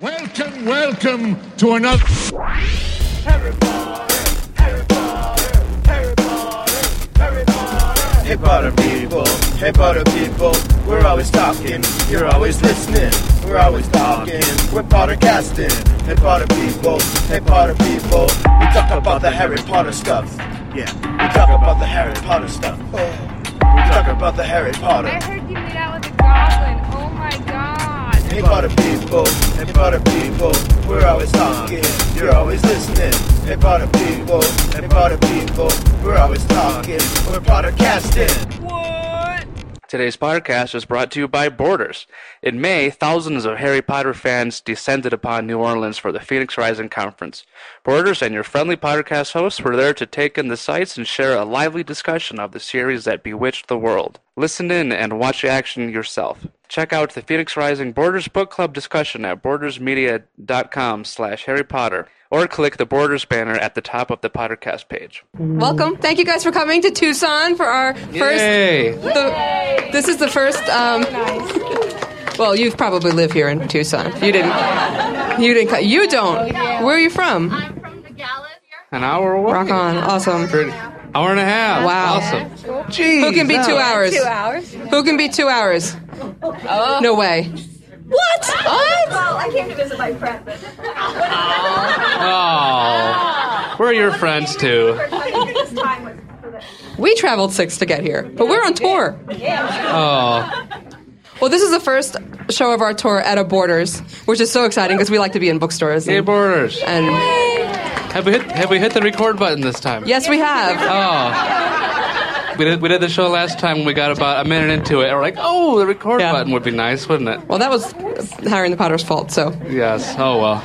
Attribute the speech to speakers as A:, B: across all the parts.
A: Welcome, welcome to another.
B: Hey butter people, hey butter people, we're always talking, you're always listening, we're always talking, we're pottercasting. Hey butter people, hey butter people, we talk about the Harry Potter stuff. Yeah, we talk about the Harry Potter stuff. We talk about the Harry Potter.
C: I heard you made out with a goblin. Oh my god.
B: Hey butter people, hey butter people, we're always talking, you're always listening. Hey butter people, hey butter people, we're always talking, we're pottercasting.
C: What?
D: Today's podcast is brought to you by Borders. In May, thousands of Harry Potter fans descended upon New Orleans for the Phoenix Rising Conference. Borders and your friendly podcast hosts were there to take in the sights and share a lively discussion of the series that bewitched the world. Listen in and watch the action yourself. Check out the Phoenix Rising Borders Book Club discussion at bordersmedia.com slash Harry Potter or click the Borders banner at the top of the Pottercast page.
E: Welcome. Thank you guys for coming to Tucson for our first.
D: Yay!
E: The, this is the first. Um, well, you've probably lived here in Tucson. You didn't. You didn't. co- You don't. Where are you from?
F: Oh, I'm from Nogales. You're
D: An hour away.
E: Rock on. Awesome.
D: For an hour and a half.
E: Wow.
D: Awesome.
C: Oh.
D: Jeez.
E: Who can be
D: that
E: two
D: was-
E: hours? Two
G: hours?
E: Who can be two hours?
F: Oh.
C: Oh.
E: No way. What?
G: Well, I came to visit my friend. but-
E: Uh,
D: Oh, we're your friends too.
G: I think this time was for the-
E: We traveled six to get here, but we're on tour.
D: Oh,
E: Well, this is the first show of our tour at a Borders, which is so exciting because we like to be in bookstores.
D: hey,
E: And,
D: Borders.
E: and
D: Have we hit? Have we hit the record button this time?
E: yes, we have.
D: Oh. We did, we did the show last time when we got about a minute into it. And we're like, oh, the record
E: Yeah.
D: button would be nice, wouldn't it?
E: Well, that was Harry and the Potter's fault. So
D: Yes. Oh, well.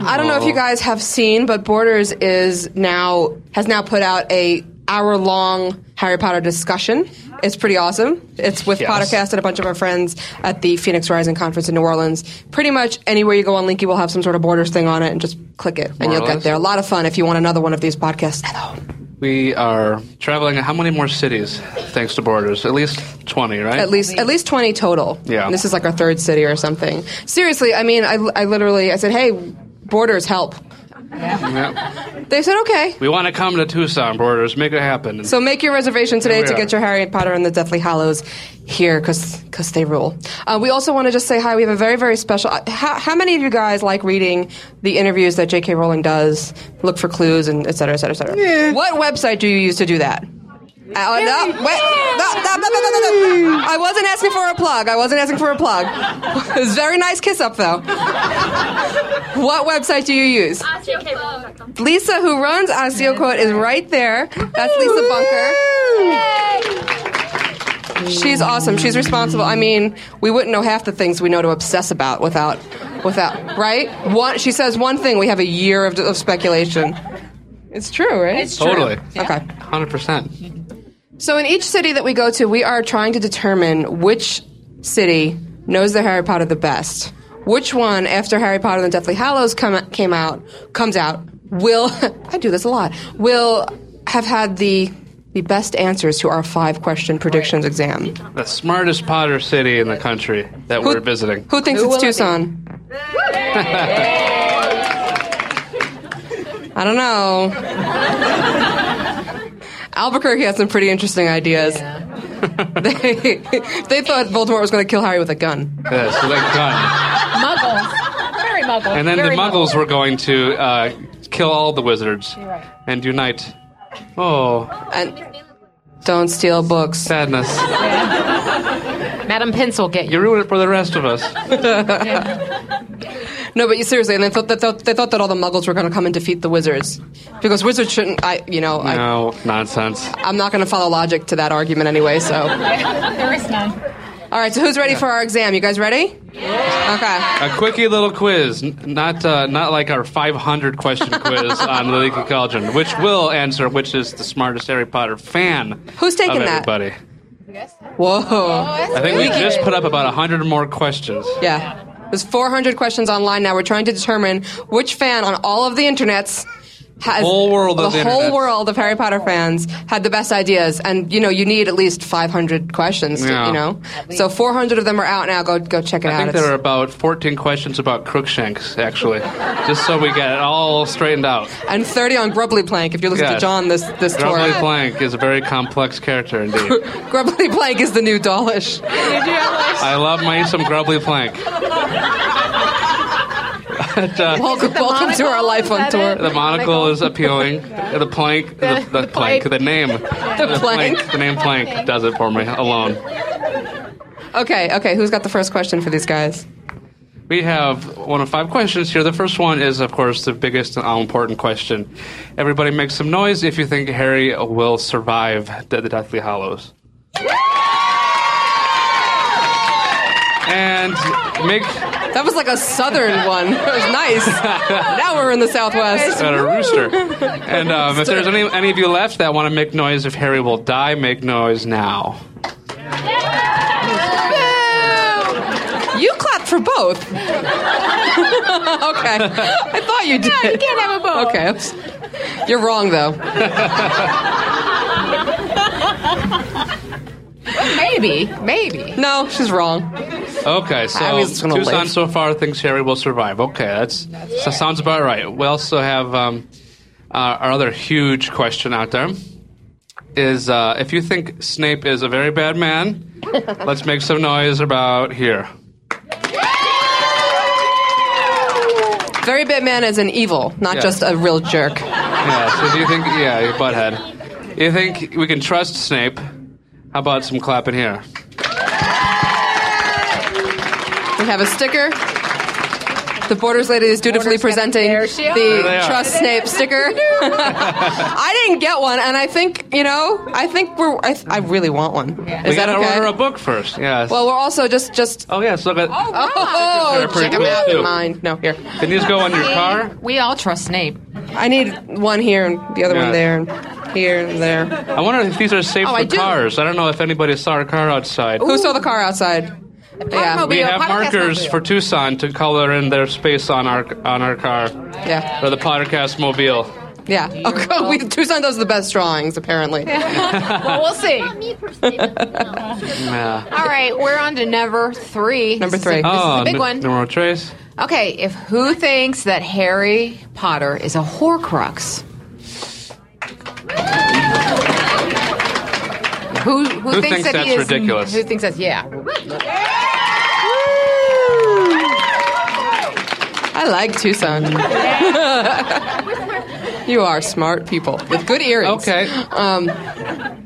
E: I don't know if you guys have seen, but Borders is now has now put out a hour long Harry Potter discussion. It's pretty awesome. It's with
D: Yes.
E: Pottercast and a bunch of our friends at the Phoenix Rising conference in New Orleans. Pretty much anywhere you go on Linky will have some sort of Borders thing on it, and just click it, and
D: More or
E: you'll get
D: less.
E: there. A lot of fun if you want another one of these podcasts at home.
D: We are traveling how many more cities thanks to Borders? At least 20, right?
E: At least at least twenty total.
D: Yeah.
E: this is like our third city or something. Seriously, I mean, I, I literally I said, hey, Borders help.
D: Yeah.
E: They said, okay.
D: We want to come to Tucson, Borders. Make it happen.
E: So make your reservation today
D: Here we
E: to
D: are.
E: get your Harry Potter and the Deathly Hallows here because they rule. Uh, we also want to just say hi. We have a very, very special. Uh, how, how many of you guys like reading the interviews that J.K. Rowling does? Look for clues and et cetera, et cetera, et cetera. What website do you use to do that? Oh, no, wait, no, no, no, no, no, no. I wasn't asking for a plug. I wasn't asking for a plug. It was a very nice kiss up, though. What website do you use?
F: JK.
E: Lisa, who runs Osteo Quote, is right there. That's Lisa Bunker. She's awesome. She's responsible. I mean, we wouldn't know half the things we know to obsess about without, without, right? One, she says one thing. We have a year of, of speculation. It's true, right? It's
D: totally.
E: Okay.
D: 100%.
E: So in each city that we go to, we are trying to determine which city knows the Harry Potter the best. Which one, after Harry Potter and the Deathly Hallows come, came out, comes out, will I do this a lot? Will have had the the best answers to our five question predictions exam.
D: The smartest Potter city in the country that we're visiting.
E: Who thinks it's Tucson? I don't know. Albuquerque had some pretty interesting ideas. they, they thought Voldemort was going to kill Harry with a gun.
D: Yes, with a gun.
H: Muggles. Very muggle.
D: And then
H: Very
D: the Muggles were going to uh, kill all the wizards and unite. Oh,
E: And don't steal books.
D: sadness.
H: Madam Pince will get you.
D: You ruined it for the rest of us.
E: No, but you seriously, and they thought that they thought that all the Muggles were going to come and defeat the wizards because wizards shouldn't. I, you know, I,
D: No, nonsense.
E: I'm not going to follow logic to that argument anyway. So,
H: There is none.
E: all right. So, who's ready for our exam? You guys ready? Okay.
D: A quickie little quiz, n- not uh, not like our 500 question quiz on Lily Cauldron, which will answer which is the smartest Harry Potter fan.
E: Who's taking
D: of
E: that?
D: everybody.
E: Whoa.
D: I think we just put up about 100 more questions.
E: Yeah. There's 400 questions online now. We're trying to determine which fan on all of the internets has
I: Whole world
E: the
I: of the
E: whole
I: internet.
E: world of Harry Potter fans had the best ideas, and you know you need at least 500 questions. to-
D: Yeah.
E: you know, so 400 of them are out now. Go go check it
D: I
E: out.
D: think
E: It's-
D: there are about 14 questions about Crookshanks, actually, just so we get it all straightened out.
E: and 30 on Grubbly Plank. If you listen
D: Yes.
E: to John this this
D: Grumbly
E: tour,
D: Plank is a very complex character indeed.
E: Grubbly Plank is the new Dawlish.
D: I love my some Grumbly Plank. But, uh,
E: Welcome, welcome to our life on
H: monocle?
E: tour.
H: Is that
D: the monocle is appealing. The plank, the, the,
H: the
D: plank,
H: plank.
D: the name, the,
E: plank.
D: the name plank does it for me alone.
E: Okay, okay. Who's got the first question for these guys?
D: We have one of five questions here. The first one is, of course, the biggest and all important question. Everybody make some noise if you think Harry will survive the, the Deathly Hollows. And make
E: That was like a southern one. It was nice. now we're in the southwest.
D: at a rooster. And um, if there's any, any of you left that want to make noise if Harry will die, make noise now.
E: You clapped for both. okay. I thought you did. you can't have a both. Okay. oops. You're wrong though.
H: Maybe, maybe.
E: No, she's wrong.
D: Okay, so
E: I was just gonna
D: Tucson
E: live.
D: so far thinks Harry will survive. Okay, that's so sounds about right. We also have um, uh, our other huge question out there is uh, if you think Snape is a very bad man, let's make some noise about here.
E: Very bad man is an evil, not
D: Yeah.
E: just a real jerk.
D: Yeah, so do you think? Yeah, you butthead. You think we can trust Snape? How about some clapping here?
E: We have a sticker. The Borders lady is dutifully presenting
H: there she is.
E: the
D: they are.
E: Trust Snape sticker. I didn't get one, and I think you know. I think we're. I, I really want one. Is
D: we
E: that
D: gotta
E: okay?
D: order a book first. Yes.
E: well, we're also just just.
D: oh yes. Look at.
E: Oh,
D: They're pretty
E: check 'em
D: cool,
E: out.
D: too.
E: Mine. No, here.
D: Can these go on your car?
H: We all trust Snape.
E: I need one here and the other
D: Yeah.
E: one there and here and there.
D: I wonder if these are safe
E: Oh,
D: for
E: I do.
D: cars. I don't know if anybody saw a car outside.
E: Who saw the car outside? Yeah.
D: We
H: Mobile,
D: have
H: podcast
D: markers
H: mobile.
D: for Tucson to color in their space on our on our car
E: Yeah.
D: or the podcast mobile.
E: Yeah. Oh, God, we, Tucson does the best drawings, apparently.
H: Well, we'll see.
F: Me personally, no.
D: Yeah.
J: All right, we're on to number three.
E: Number three.
D: Oh,
J: big
D: n-
J: one.
D: numero tres.
J: Okay, if who thinks that Harry Potter is a Horcrux? Who, who,
D: Who
J: thinks,
D: thinks
J: that he
D: that's
J: is,
D: ridiculous?
J: Who thinks that's yeah?
E: I like Tucson. you are smart people with good earrings. Um,
D: Okay.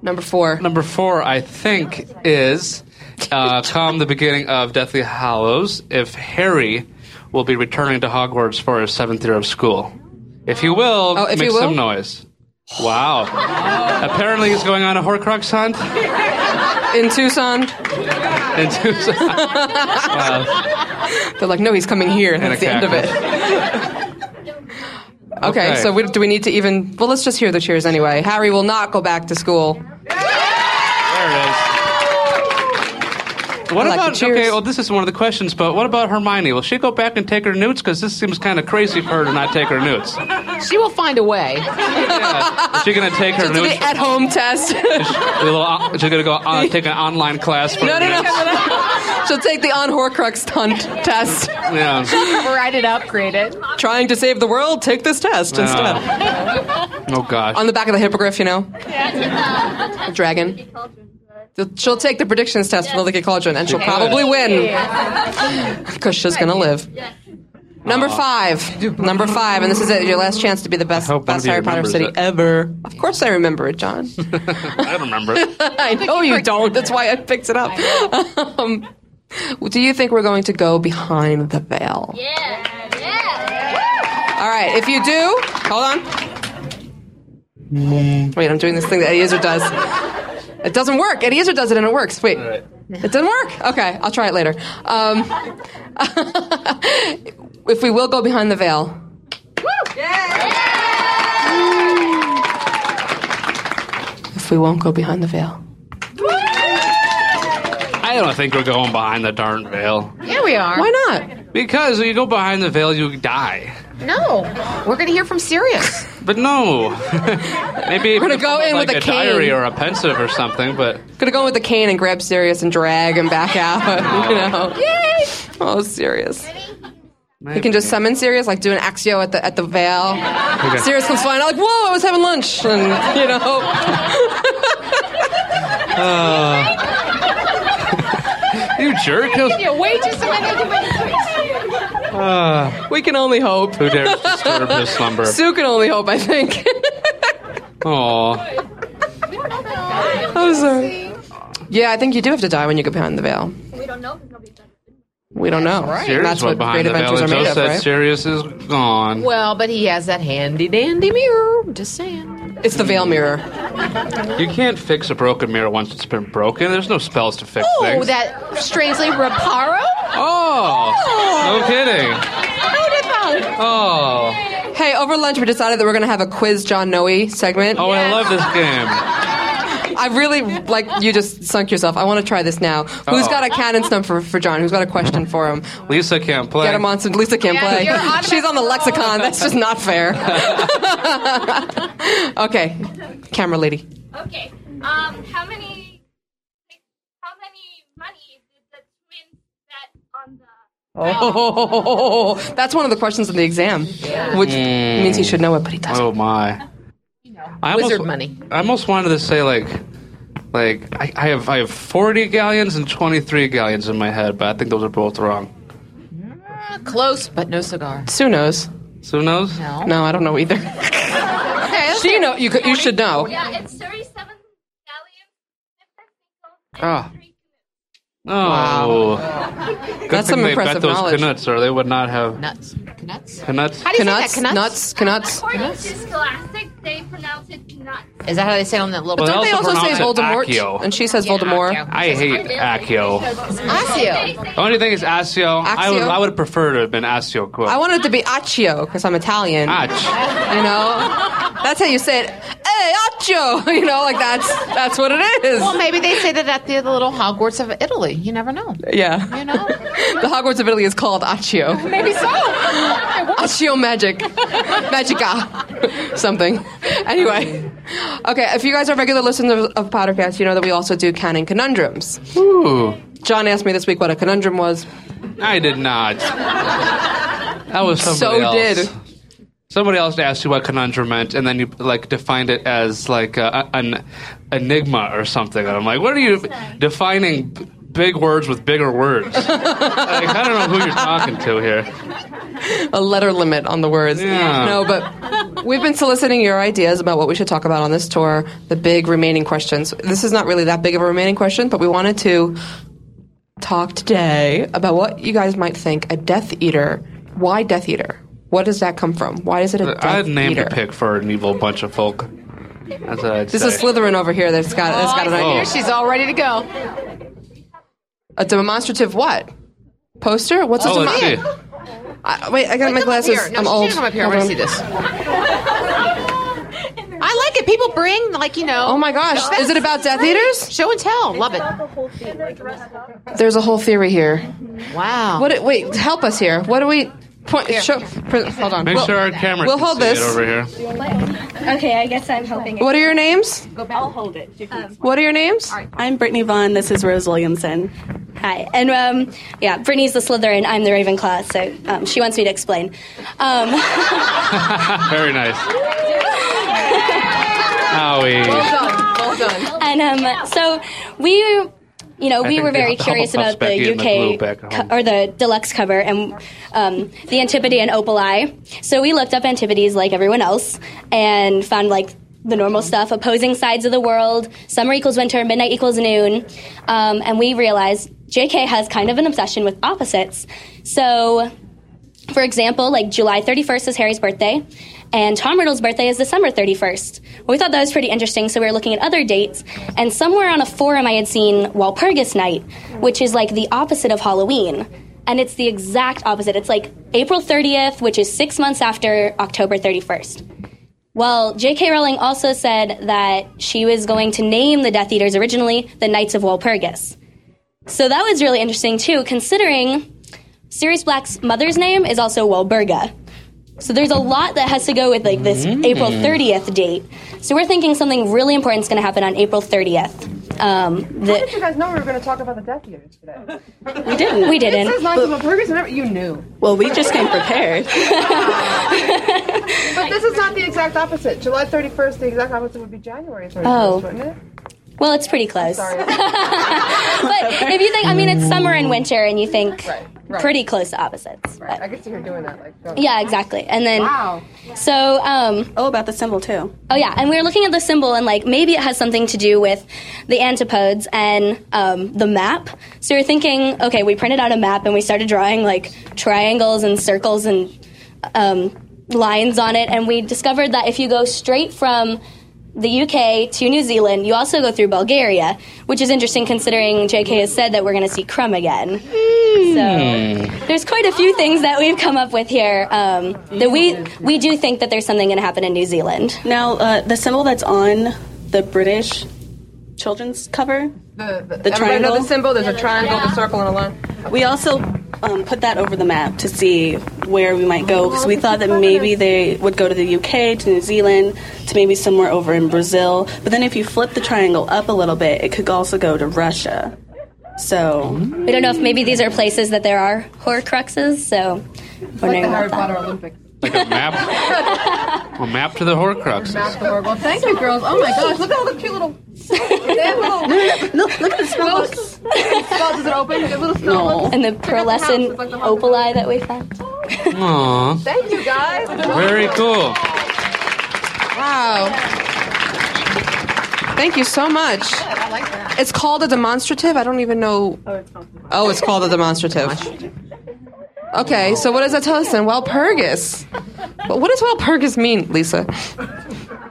E: Number four.
D: Number four, I think, is uh, come the beginning of Deathly Hallows. If Harry will be returning to Hogwarts for his seventh year of school, if he will,
E: Oh, if
D: make
E: he will?
D: some noise. Wow! Apparently, he's going on a Horcrux hunt.
E: In Tucson,
D: in Tucson.
E: they're like, no, he's coming here.
D: a
E: That's the end of it. okay,
D: Okay.
E: so we, do we need to even. Well, let's just hear the cheers anyway. Harry will not go back to school.
D: There it is. What
E: I like the
D: about
E: cheers.
D: okay? Well, this is one of the questions, but what about Hermione? Will she go back and take her newts? Because this seems kind of crazy for her to not take her newts.
J: She will find a way.
D: Is she gonna take her
E: Do the
D: newts?
E: at home test.
D: A little, uh, is she gonna go uh, take an online class for
E: No,
D: her
E: no,
D: newts?
E: no. She'll take the on Horcrux hunt test.
D: Yeah.
H: Write it up, grade it.
E: Trying to save the world, take this test instead.
D: Oh gosh.
E: On the back of the hippogriff, you know?
F: Yeah.
E: Dragon. She'll take the predictions test from the Leaky Cauldron and she'll
D: She
E: probably win. Because she's going to live. Number five. Number five. And this is it. Your last chance to be the best,
D: I hope one
E: best
D: of you
E: Harry Potter
D: remembers
E: city
D: it.
E: ever. Of course I remember it, John.
D: I remember. it.
E: I know you don't. That's why I picked it up. Um, do you think we're going to go behind the veil?
F: Yeah. Yeah.
E: All right, if you do, hold on. Wait, I'm doing this thing that Eliezer does. It doesn't work. Eliezer does it and it works. Wait, it doesn't work. Okay, I'll try it later. Um, if we will go behind the veil, if we won't go behind the veil,
D: I don't think we're going behind the darn veil.
J: Yeah, we are.
E: why not?
D: Because you go behind the veil, you die.
J: No, we're going to hear from Sirius.
D: But no, maybe
E: We're gonna go in
D: like
E: with a cane.
D: diary or a pensive or something. But
E: Gonna go in with the cane and grab Sirius and drag him back out. You know. Yay! Oh, Sirius. He can just summon Sirius, like do an axio at the at the veil. Sirius comes flying out, like, whoa, I was having lunch, and you know, Uh.
D: you jerk!
H: Yeah, wait just a minute.
E: Uh. we can only hope.
D: Who dares disturb his slumber?
E: Sue can only hope, I think.
D: Aw.
E: I'm sorry. Yeah, I think you do have to die when you go behind the veil.
F: We don't know because nobody's done it.
E: We don't know.
D: Sirius
E: That's
D: went
E: what
D: behind
E: great
D: the veil
E: adventures are
D: and
E: made
D: Joe
E: of,
D: said
E: right?
D: Sirius is gone.
J: well, but he has that handy dandy mirror. Just saying.
E: It's the veil mirror.
D: You can't fix a broken mirror once it's been broken. There's no spells to fix
J: Oh,
D: things.
J: that strangely Reparo.
D: oh, no kidding. Oh,
E: Hey, over lunch we decided that we're gonna have a quiz John Noe segment.
D: oh, I love this game.
E: I really like you just sunk yourself. I want to try this now. Who's
D: Uh-oh.
E: got a cannon stump for, for John? Who's got a question for him?
D: Lisa can't play.
E: Get him on some. Lisa can't
J: Yeah,
E: play.
J: you're automatic-
E: She's on the lexicon. That's just not fair. okay, camera lady.
F: Okay. Um, how many? How many money did the twins bet on the?
E: Oh, that's one of the questions in the exam, which
D: Hmm.
E: means he should know it, but he doesn't.
D: Oh my. I almost,
J: Wizard money.
D: I almost wanted to say like, like I, I have I have forty galleons and twenty three galleons in my head, but I think those are both wrong.
J: Close, but no cigar.
E: Sue knows.
D: So who knows?
J: No.
E: No, I don't know either.
J: Okay.
E: She know. You could- you should know.
F: Yeah, it's thirty-seven galleons.
D: Ah.
F: Three
D: Oh. Wow. Good
E: That's
D: thing
E: some
D: they
E: impressive
D: bet those
E: knowledge.
D: Canuts, or they would not have
J: Nuts. Nuts.
D: Canuts.
J: How do you
E: Canuts,
J: say that? Canuts.
E: nuts, canuts.
F: According to Scholastic, they pronounce it nuts.
J: Is that how they say it on that little?
D: Well,
E: Don't they
D: They also
E: also say
D: pronounce
E: Voldemort?
D: it Accio.
E: And she says Voldemort.
J: Accio.
D: I hate Accio.
J: Osseo.
D: Only thing is Accio. I would
E: Accio?
D: I would prefer to have been Accio quote.
E: I wanted it to be Accio because I'm Italian.
D: Ach.
E: You know, that's how you say it. Hey, Accio. You know, like that's that's what it is.
J: Well, maybe they say that at the little Hogwarts of Italy. You never know.
E: Yeah,
J: You know?
E: the Hogwarts of Italy is called Accio.
J: maybe so.
E: Accio magic, magica, something. Anyway, okay. If you guys are regular listeners of Pottercast, you know that we also do canon conundrums.
D: Ooh.
E: John asked me this week what a conundrum was.
D: I did not. That was somebody
E: So
D: else.
E: did.
D: Somebody else asked you what conundrum meant, and then you like defined it as like a, an enigma or something. And I'm like, what are you defining b- big words with bigger words? like, I don't know who you're talking to here.
E: a letter limit on the words.
D: Yeah.
E: No, but we've been soliciting your ideas about what we should talk about on this tour, the big remaining questions. This is not really that big of a remaining question, but we wanted to talk today about what you guys might think a Death Eater. Why Death Eater? What does that come from? Why is it a Death
D: Uh, I had named
E: Eater?
D: a pick for an evil bunch of folk. That's what I'd
E: This
D: say.
E: is Slytherin over here that's got that's got an idea.
D: Oh.
J: Here she's all ready to go.
E: A demonstrative what? Poster? What's
D: Oh,
E: a
D: let's see.
E: demo- I- Wait, I got my glasses.
J: Here. No,
E: I'm
J: she
E: old.
J: should come up here. I
E: Hold
J: want to
E: on.
J: see this. I like it. People bring, like, you know.
E: Oh my gosh! Is it about Death Eaters?
J: Show and tell. Love it.
E: There's a whole theory here.
J: Wow.
E: What? do- Wait, help us here. What do we point? Show. Pre, hold on.
D: Make
E: Well,
D: sure our camera
E: we'll
D: can
E: hold
D: see
E: this.
D: it over here.
I: Okay, I guess I'm helping.
E: What are your names?
I: I'll hold it.
E: What are your names?
I: I'm Brittany Vaughn. This is Rose Williamson. Hi, and um, yeah, Brittany's the Slytherin. I'm the Ravenclaw. So um, she wants me to explain. Um,
D: Very nice. Owie.
E: Done. Well done.
I: and um, so we, you know,
D: I
I: we
D: think
I: were
D: they
I: very
D: held-
I: curious
D: held us
I: about
D: back
I: the
D: in the blue
I: UK
D: back home.
I: co- or the deluxe cover and um, the Antipodean Opali. So we looked up Antipodes like everyone else and found like the normal stuff: opposing sides of the world, summer equals winter, midnight equals noon, um, and we realized JK has kind of an obsession with opposites. So for example, like July 31st is Harry's birthday, and Tom Riddle's birthday is December 31st. Well, we thought that was pretty interesting, so we were looking at other dates, and somewhere on a forum I had seen Walpurgis Night, which is like the opposite of Halloween. And it's the exact opposite. It's like April 30th, which is six months after October 31st. Well, J.K. Rowling also said that she was going to name the Death Eaters originally the Knights of Walpurgis. So that was really interesting, too, considering Sirius Black's mother's name is also Walburga. So there's a lot that has to go with like this April 30th date. So we're thinking something really important is going to happen on April 30th. Um,
E: How
I: the,
E: did you guys know we were going to talk about the death years today?
I: we didn't. We didn't.
E: It says Knights of Walpurgis and every- You knew.
K: Well, we just came prepared.
E: But this is not the exact opposite. July 31st, the exact opposite would be January 31st,
I: Oh.
E: wouldn't it?
I: Well, it's pretty close. but if you think, I mean, it's summer and winter, and you think
E: right.
I: pretty close to opposites.
E: Right. I could see her doing that. Like, going-
I: Yeah, exactly. And then,
E: Wow.
I: So, um,
K: oh, about the symbol too.
I: Oh yeah, and we were looking at the symbol, and like maybe it has something to do with the antipodes and um, the map. So we are thinking, okay, we printed out a map and we started drawing like triangles and circles and um, lines on it, and we discovered that if you go straight from the UK to New Zealand, you also go through Bulgaria, which is interesting considering JK has said that we're going to see Crum again.
E: Hmm.
I: So there's quite a few things that we've come up with here um, that we we do think that there's something going to happen in New Zealand.
K: Now, uh, the symbol that's on the British children's cover,
E: The, the,
K: The
E: everybody know
K: triangle?
E: the symbol? There's a triangle, a circle, and a line.
K: we also um, put that over the map to see where we might go because we thought that maybe they would go to the UK, to New Zealand, to maybe somewhere over in Brazil. But then if you flip the triangle up a little bit, it could also go to Russia. So
I: We don't know if maybe these are places that there are Horcruxes, so wondering
E: the Harry
I: about
E: Potter
I: that.
E: Olympics.
D: Like a map, a map to the Horcruxes.
E: Map the world. Well, thank you, girls. Oh my gosh, look at all the cute little.
K: Oh,
E: Look,
K: look at the
E: spell book. Spell, does it open? The little spell book.
I: And the pearlescent
E: It's like the house.
I: opali that we found.
D: Aww,
E: Thank you, guys.
D: very cool.
E: Wow. Thank you so much.
I: Oh,
G: I like that.
E: It's called a demonstrative. I don't even know. Oh, it's called a demonstrative. Okay, so what does that tell us then? Walpurgis. But What does Walpurgis mean, Lisa?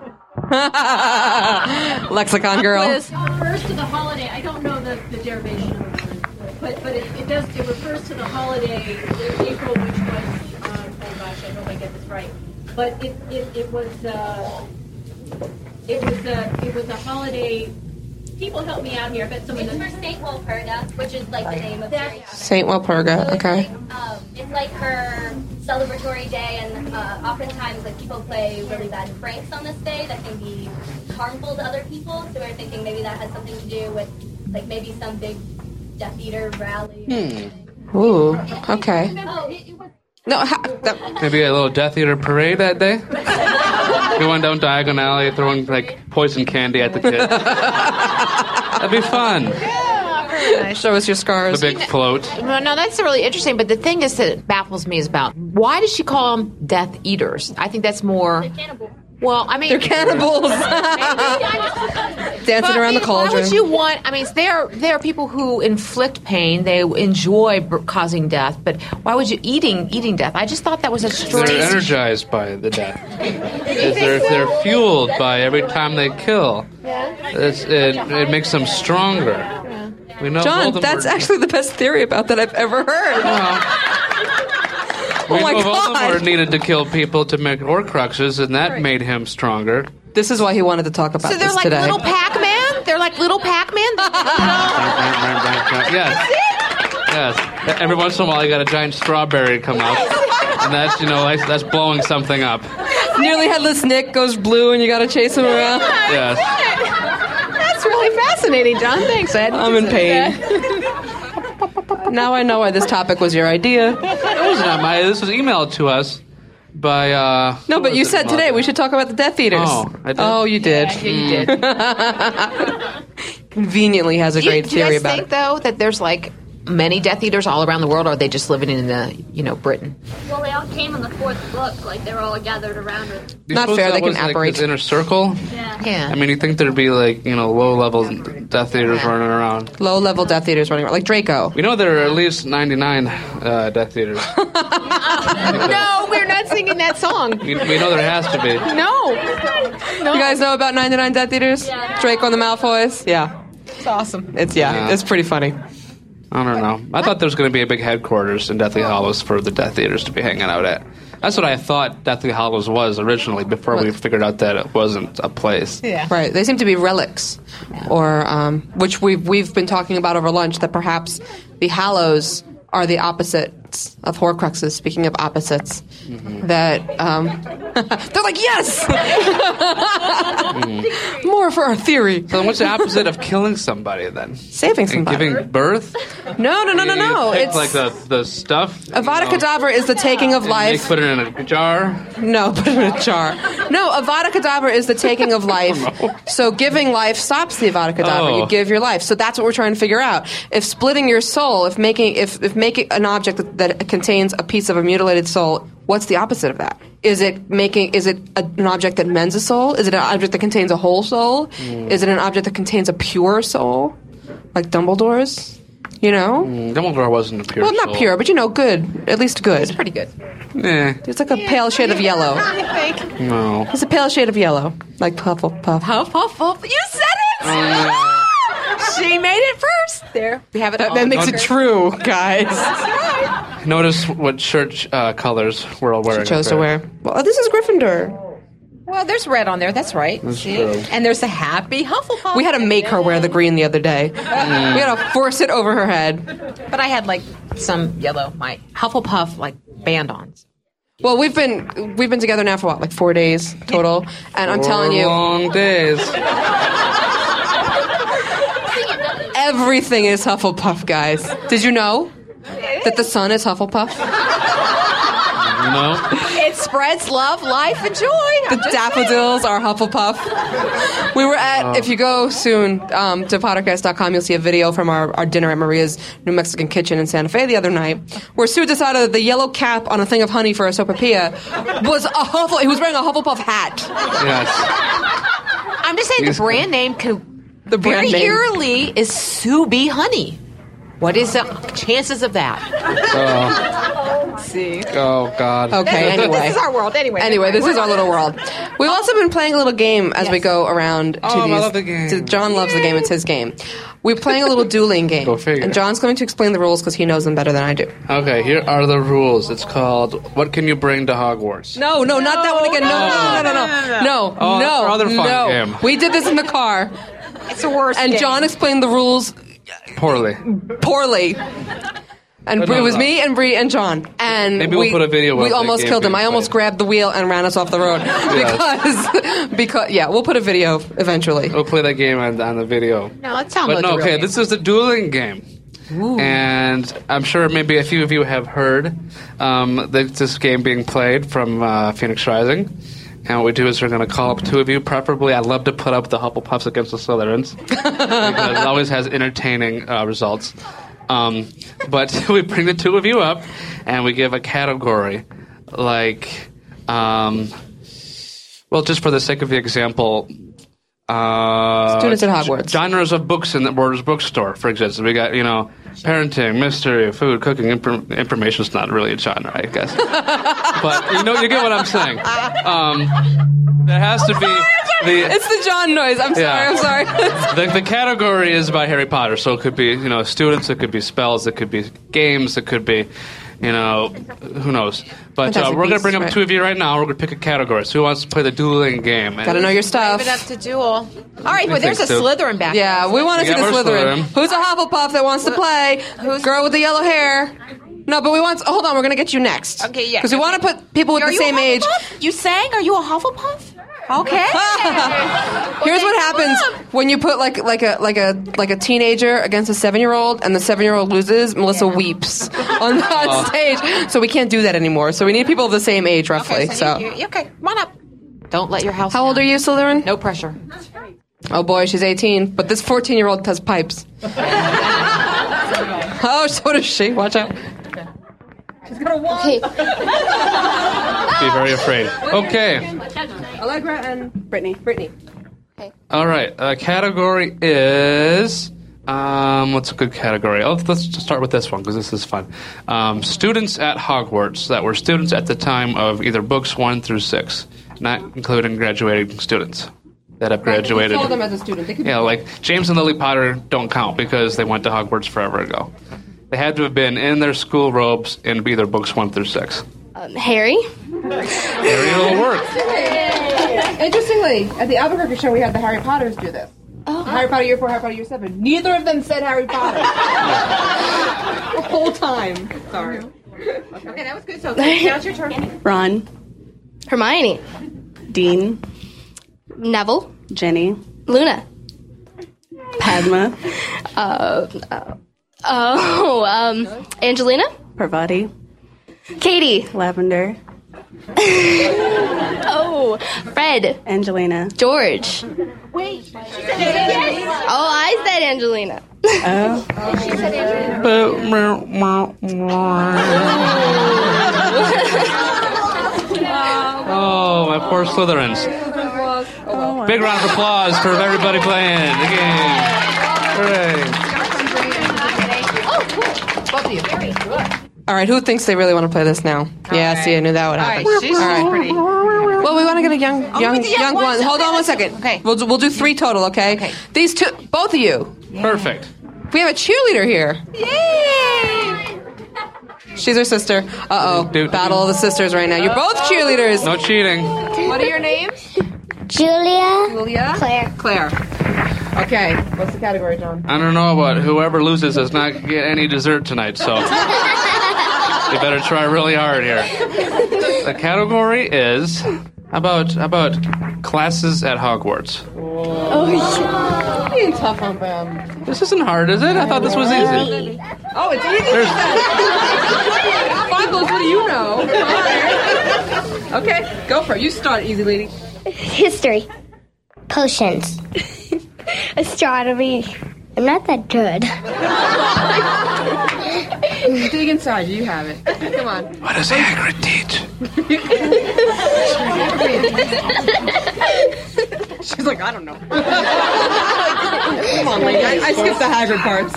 E: Lexicon girl.
G: It refers to the holiday. I don't know the, the derivation of it, but, but it, it does. It refers to the holiday in April, which was. Um, oh gosh, I hope I get this right. But it, it, it was. Uh, it was a it was a holiday. People help me out here, but someone
F: It's for Saint Walpurga, which is like the name of the
E: Saint Walpurga. Okay.
F: Um, it's like her celebratory day, and uh, oftentimes like people play really bad pranks on this day that can be harmful to other people. So we're thinking maybe that has something to do with like maybe some big Death Eater rally.
E: Ooh. Okay.
F: Oh, it, it was
E: No. Ha- that-
D: Maybe a little Death Eater parade that day. Going down Diagon Alley, throwing like poison candy at the kids. That'd be fun.
E: Show us your
D: The
E: scars.
D: big float.
J: No, no, that's really interesting. But the thing is that baffles me is about why does she call them Death Eaters? I think that's more.
F: cannibal.
J: Well, I mean,
E: They're cannibals
J: Oh,
E: dancing
J: But, I
E: around the
J: mean, Why
E: cauldron.
J: would you want? I mean, there are, there are people who inflict pain. They enjoy b- causing death. But why would you eating eating death? I just thought that was a strange.
D: They're energized by the death. If they're, if they're fueled by every time they kill, it's, it, it makes them stronger. We know
E: John,
D: Voldemort-
E: that's actually the best theory about that I've ever heard.
D: we
E: oh my
D: know
E: God.
D: Voldemort needed to kill people to make Horcruxes, and that made him stronger.
E: This is why he wanted to talk about
J: so they're
E: this
J: like
E: today.
J: little Pac Man. They're like little Pac Man.
D: yes. Yes. Every once in a while, you got a giant strawberry come out, and that's you know like, that's blowing something up.
E: Nearly headless Nick goes blue, and you got to chase him around.
D: Yes.
J: that's really fascinating, John. Thanks, Ed.
E: I'm in pain. now I know why this topic was your idea.
D: It was not my. This was emailed to us by. Uh,
E: No,
D: who
E: but
D: was
E: you
D: it,
E: said today
D: Martha?
E: we should talk about the Death Eaters.
D: Oh, I did?
E: Oh, you did.
J: you did.
E: Conveniently has a
J: Do you,
E: great
J: do you
E: theory
J: guys
E: about
J: think
E: it.
J: though that there's like many Death Eaters all around the world, or are they just living in the you know Britain?
F: Well, they all came in the fourth book, like they were all gathered around with.
D: You
E: Not
D: suppose
E: fair,
D: that
E: they can
D: was, like,
E: apparate.
D: this inner circle.
F: Yeah.
J: Yeah.
D: I mean, you think there'd be like you know low level Death Eaters running around.
E: Low level Death Eaters running around, like Draco.
D: We know there are at least 99 uh, Death Eaters.
E: Oh,
J: no, we're not singing that song.
D: We, we know there has to be.
J: No, no.
E: You guys know about 99 Death Eaters? Draco and the Malfoys? Yeah.
J: it's awesome.
E: It's yeah,
D: Yeah.
E: it's pretty funny.
D: I don't know. I thought there was going to be a big headquarters in Deathly Hollows for the Death Eaters to be hanging out at. That's what I thought Deathly Hollows was originally before we figured out that it wasn't a place.
J: Yeah.
E: Right. They seem to be relics, or um, which we've we've been talking about over lunch that perhaps the Hallows are the opposite opposites of Horcruxes. Speaking of opposites, that um, they're like yes, more for our theory.
D: Hmm. So then what's the opposite of killing somebody then?
E: Saving somebody.
D: And giving birth?
E: No, no, no, no,
D: You- you
E: no.
D: pick,
E: It's
D: like the, the stuff.
E: Avada Kedavra is the taking of
D: They
E: life.
D: put it in a jar.
E: No, put it in a jar. No, Avada Kedavra is the taking of life. So giving life stops the Avada Kedavra.
D: Oh.
E: You give your life. So that's what we're trying to figure out. If splitting your soul, if making, if, if making an object that, that contains a piece of a mutilated soul, what's the opposite of that? Is it making? Is it a, an object that mends a soul? Is it an object that contains a whole soul?
D: Mm.
E: Is it an object that contains a pure soul, like Dumbledore's? You know.
D: Mm, Dumbledore wasn't a pure
E: well, not
D: soul.
E: pure, but you know, good. At least good. It's pretty good.
D: Eh,
E: It's like a pale shade of yellow.
D: no.
E: It's a pale shade of yellow, like Hufflepuff. Hufflepuff. You said it. she made it first. There, we have it. That, that makes it true, guys.
D: Notice what shirt uh, colors we're all wearing.
E: chose to wear. Well, this is Gryffindor.
L: Well, there's red on there. That's right.
D: That's true.
L: And there's a happy Hufflepuff.
E: We had to make her wear the green the other day. We
D: Mm.
E: had to force it over her head.
L: but I had like some yellow, my Hufflepuff like band on.
E: Well, we've been we've been together now for what, like four days total, and I'm
D: Four
E: telling you,
D: long days.
E: Everything is Hufflepuff, guys. Did you know that the sun is Hufflepuff?
D: No.
L: It spreads love, life, and joy. I'm
E: The
L: just
E: daffodils are Hufflepuff. We were
D: Oh.
E: at, if you go soon um, to podcast.com, you'll see a video from our, our dinner at Maria's New Mexican Kitchen in Santa Fe the other night, where Sue decided that the yellow cap on a thing of honey for a sopapilla was a Huffle. He was wearing a Hufflepuff hat.
D: Yes.
L: I'm just saying the brand name could
E: The brand
L: very
E: name.
L: eerily is Subi Honey. What is the chances of that?
D: Oh,
L: See.
D: oh God.
E: Okay, anyway.
L: This is our world. Anyway.
E: Anyway, this is our little world. We've also been playing a little game as we go around. To
D: Oh, I
E: these,
D: love the game.
E: to- John loves the game. It's his game. We're playing a little dueling game.
D: Go figure.
E: And John's going to explain the rules because he knows them better than I do.
D: Okay, here are the rules. It's called What Can You Bring to Hogwarts?
E: No, no, not that one again. No, no, no, no, no, no, no.
D: Oh,
E: no,
D: our other fun
E: no.
D: game.
E: We did this in the car,
L: It's the worst.
E: and
L: game.
E: John explained the rules
D: Poorly.
E: poorly. And
D: But no,
E: it was
D: no.
E: me and Bree and John. And
D: Maybe we'll
E: we,
D: put a video
E: We
D: of that
E: almost
D: game
E: killed him.
D: being
E: I almost
D: played.
E: grabbed the wheel and ran us off the road because because yeah, we'll put a video eventually.
D: We'll play that game on, on the video.
L: No, let's download
D: But
L: the
D: no,
L: real
D: okay,
L: game.
D: this is the dueling game. And I'm sure maybe a few of you have heard um, that this game being played from uh, Phoenix Rising. And what we do is we're going to call up two of you. Preferably, I love to put up the Hufflepuffs against the Slytherins because it always has entertaining uh, results. Um, but we bring the two of you up and we give a category like, um, well, just for the sake of the example, uh,
E: Students at Hogwarts.
D: Genres of books in the Borders bookstore, for instance. We got, you know, parenting, mystery, food, cooking. Inform- information's not really a genre, I guess. but you know, you get what I'm saying. uh, Um, there has to be the,
E: It's the John noise. I'm sorry.
D: Yeah.
E: I'm sorry.
D: the the category is by Harry Potter, so it could be you know students, it could be spells, it could be games, it could be you know who knows. But uh,
E: Fantastic
D: we're gonna
E: Beasts,
D: bring up
E: right.
D: two of you right now. We're gonna pick a category. So who wants to play the dueling game? And
E: Gotta know your
L: Leave
E: stuff.
L: it up to duel. All right, well,
D: think
L: there's a
D: so.
L: Slytherin back.
E: Yeah, we want to
D: We
E: see the
D: got our
E: Slytherin.
D: Slytherin.
E: Who's a Hufflepuff that wants to play? Who's girl with the yellow hair? No, but we want. Hold on, we're gonna get you next.
L: Okay, yeah,
E: Because we
L: okay.
E: want to put people with
L: Are
E: the
L: you a
E: same age.
L: Hufflepuff? You sang? Are you a Hufflepuff? Okay.
E: Here's
L: they
E: what happens
L: come.
E: when you put like like a like a like a teenager against a seven year old, and the seven year old loses. Melissa weeps on, on stage, so we can't do that anymore. So we need people of the same age, roughly.
L: Uh-huh. Okay,
E: so,
L: so you- you- okay, come on up. Don't let your house.
E: how old are
L: down.
E: you, Slytherin?
L: No pressure.
E: Oh boy, she's 18, but this 14 year old has pipes. oh, so does she. Watch out.
H: Okay.
D: Be very afraid. Okay.
E: Allegra and
K: Brittany.
E: Brittany.
D: All right. Uh, category is. Um, what's a good category? Oh, let's just start with this one because this is fun. Um, students at Hogwarts that were students at the time of either books one through six, not including graduating students that have graduated.
E: Saw them as a student. They could
D: Yeah, like James and Lily Potter don't count because they went to Hogwarts forever ago. They had to have been in their school robes and be their books one through six.
I: Um, Harry.
D: It'll work.
E: Interestingly, at the Albuquerque show, we had the Harry Potters do this.
L: Oh.
E: Harry Potter year four, Harry Potter year seven. Neither of them said Harry Potter. the whole time. Sorry.
J: Okay, that was good. So now it's your turn.
K: Ron,
I: Hermione,
K: Dean,
I: Neville,
K: Jenny,
I: Luna.
K: Padma,
I: Uh, uh, oh, um, Angelina,
K: Parvati,
I: Katie.
K: Lavender,
I: Oh, Fred,
K: Angelina.
I: George. Oh, I said Angelina.
K: Oh.
D: Oh, my poor Slytherins.
E: Oh,
D: Big round of applause for everybody playing the game. Hooray.
E: Oh, All right, who thinks they really want to play this now? yeah, see, I knew that would happen.
L: All right, she's pretty.
E: Well, Oh, we want to get a young,
L: we
E: young,
L: did young
E: young one.
L: ones.
E: Hold
L: Okay,
E: on one
L: let's do-
E: second.
L: okay.
E: we'll do, we'll do three total. Okay. Okay. These two, both of you.
D: Perfect.
E: We have a cheerleader here. She's her sister. Uh oh. Battle of the sisters right now. You're both cheerleaders.
D: No cheating.
E: What are your names?
M: Julia,
E: Julia.
M: Claire.
E: Claire. Okay. What's the category, John?
D: I don't know, but whoever loses does not get any dessert tonight, so you better try really hard here. The category is how about how about classes at Hogwarts.
E: Oh, being tough on them.
D: This isn't hard, is it? I thought this was easy.
E: Oh, it's easy. Fagles, what do you know? okay, go for it. You start easy, lady.
M: History. Potions. Astronomy. I'm not that good.
E: Dig inside. You have it. Come on.
D: What does Hagrid teach?
E: She's like, I don't know. Come on, lady. I, I skipped the Hagrid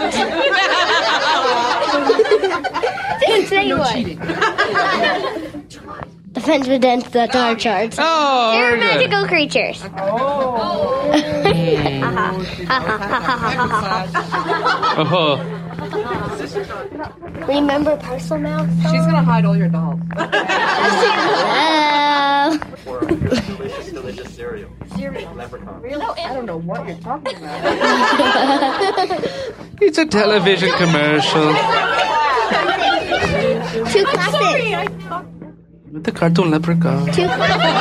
E: parts.
M: Didn't say no cheating. The fence would end the star charts.
D: Oh,
M: They're
D: very good.
M: magical creatures.
D: Oh,
M: Remember Parcel Mouth?
E: She's gonna hide all your dolls.
M: Uh,
B: Delicious, delicious cereal. Cereal. Leprechaun.
E: I don't know what you're talking about.
D: it's a television commercial.
M: two classic.
D: With the cartoon leprechaun.
M: Two classic.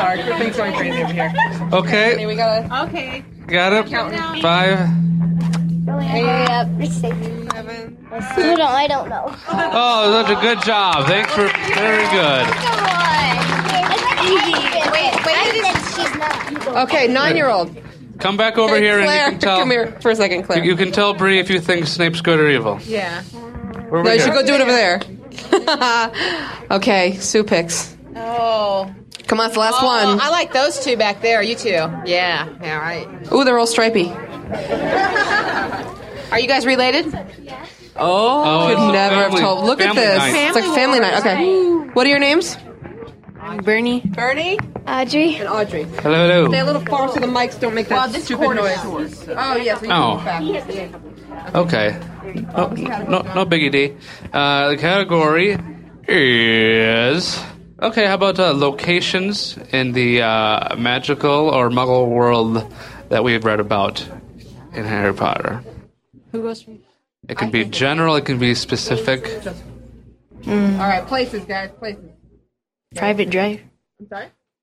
E: Sorry, things going crazy over here.
D: Okay,
E: We got
G: Okay.
D: got it. Five.
M: Yep. No, no, I don't know.
D: Oh, such a good job. Thanks for very good.
M: Wait,
E: Okay, nine-year-old.
D: Come back over here and
E: Claire,
D: you can tell.
E: come here for a second, Claire.
D: You can tell Bree if you think Snape's good or evil.
L: Yeah.
D: Where
E: no,
D: we
E: you
D: go?
E: should go do it over there. okay, Sue picks.
L: Oh.
E: Come on, it's the last
L: Oh,
E: one.
L: I like those two back there. You two. Yeah. All right.
E: Ooh, they're all stripy.
L: Are you guys related?
E: Oh,
D: it's
E: could
D: a
E: never have
D: family-
E: told. Look at
D: family
E: this.
D: night.
E: It's like family night. Okay. What are your names?
M: Bernie,
E: Bernie
M: Audrey,
E: and Audrey.
D: Hello,
E: Stay a
D: hello.
E: little far so the mics don't make that
L: Well, this
E: stupid
L: cord is
E: noise. Oh yes.
D: Oh. Okay. No, no, no biggie D. Uh, the category is. Okay, how about uh, locations in the uh, magical or muggle world that we've read about in Harry Potter? Who goes from? It can be general, it can be specific.
E: All right, places, guys, places.
M: Private Drive,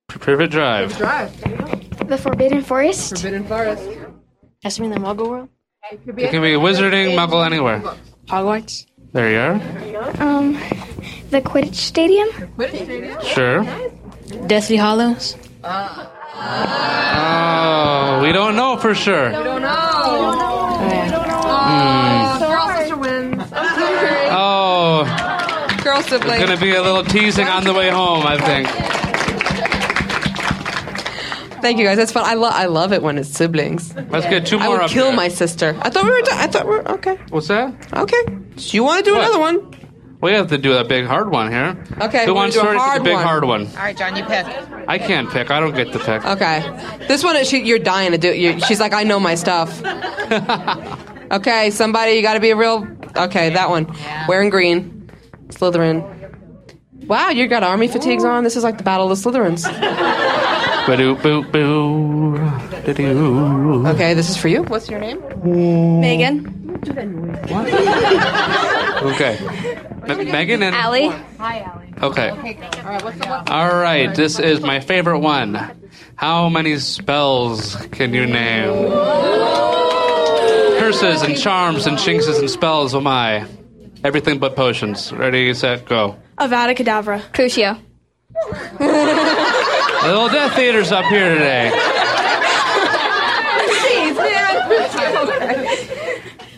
D: Private Drive.
E: Drive,
M: The Forbidden Forest.
E: Forbidden Forest.
M: That's in the Muggle world.
D: It can be wizarding, muggle, anywhere.
M: Hogwarts.
D: There you are.
M: Um, the Quidditch Stadium.
D: Sure.
M: Deathly Hollows.
D: Oh, we don't know for sure.
E: Don't know.
D: Hmm.
E: Girl sister wins.
D: Oh,
E: Girl sibling.
D: gonna be a little teasing on the way home, I think.
E: Thank you guys. That's fun. I love. I love it when it's siblings.
D: Let's get two
E: I
D: more
E: would
D: up
E: kill
D: there.
E: my sister. I thought we were. done. I thought we were okay.
D: What's that?
E: Okay. So you want to do
D: What?
E: another one?
D: We have to do that big hard one here.
E: Okay,
D: Who
E: we're
D: wants to
E: gonna do
D: start with
E: a hard
D: the big
E: one.
D: hard one?
L: All right, John, you pick.
D: I can't pick. I don't get to
E: Uh,
D: pick.
E: Okay. This one, she, you're dying to do. You, she's like, I know my stuff. okay, somebody, you got to be a real. Okay, that one. Wearing green, Slytherin. Wow, you got army fatigues on. This is like the Battle of the Slytherins.
D: Ba-doo, boo, boo.
E: Okay, this is for you. What's your name?
K: Megan.
D: Okay. Me- Megan and
N: Allie.
O: Hi, Allie.
D: Okay.
O: All right, what's the one?
D: All right, this is my favorite one. How many spells can you name? Curses and charms and chinxes and spells, oh my. Everything but potions. Ready, set, go.
K: Avada Kedavra. Crucio.
D: The little death theater's up here today.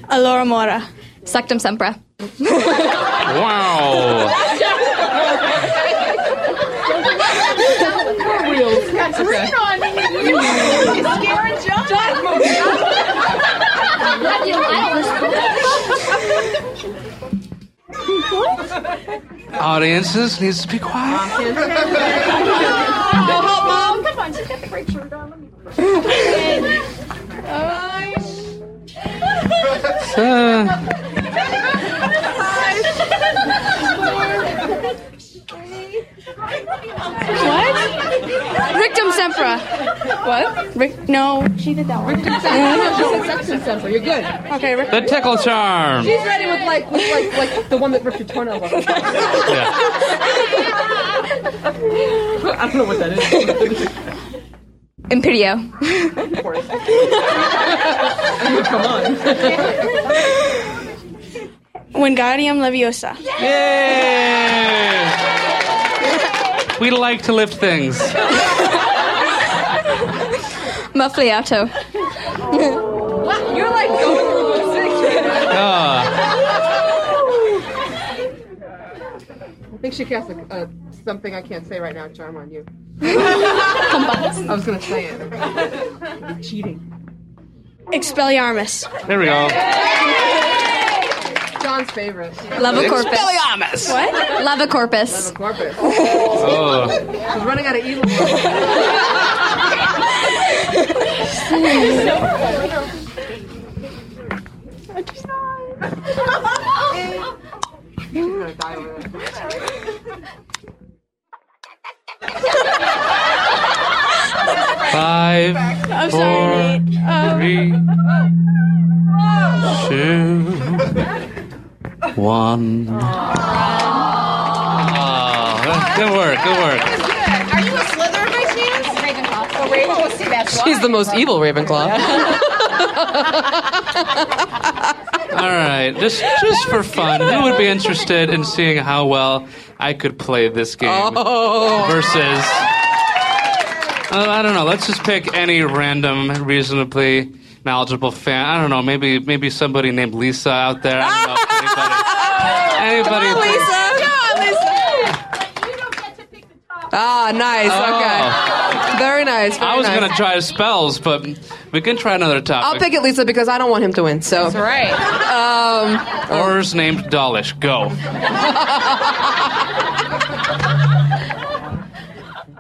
K: Alora Mora. Sectum Sempra.
D: Wow. Audiences needs to be quiet.
O: Mom. Come on, she's got the great shirt on. Let me.
D: Uh,
K: What? Rictum Sempra. What? Rick? No. She did that one.
M: You're good.
K: Okay, Rick.
D: the tickle charm.
M: She's ready with like, with like, like the one that ripped your toenail off. I don't know what that is.
K: Imperio.
M: of course. I mean, come on.
K: Wingardium Leviosa.
D: Yay! We like to lift things.
K: Muffliato.
M: You're like going through a I think she cast a, uh, something I can't say right now charm on you. I was gonna say it. Cheating.
K: Expelliarmus.
D: There we go.
M: John's favorite.
K: Lava corpus.
D: Expelliarmus.
K: What? Lava corpus.
M: Lava corpus.
D: Oh.
M: She's running out of evil. She's gonna die over
D: Five,
K: I'm
D: four, three, two, one. Oh, that's- good work, good work.
J: Are you a Slytherin by chance? Ravenclaw. Oh, Ravenclaw. See, that's
M: She's the most evil Ravenclaw.
D: All right, just just for fun, who would be interested in seeing how well I could play this game
E: Oh.
D: versus? Uh, I don't know. Let's just pick any random, reasonably knowledgeable fan. I don't know. Maybe maybe somebody named Lisa out there. I don't know. Anybody? anybody thinks-
E: Ah, nice.
D: Oh.
E: Okay. Very nice. Very
D: I was
E: nice.
D: gonna try spells, but we can try another
E: I'll
D: topic.
E: pick it, Lisa, because I don't want him to win. So that's
P: right.
E: Um,
D: Horrors named Dolish. Go.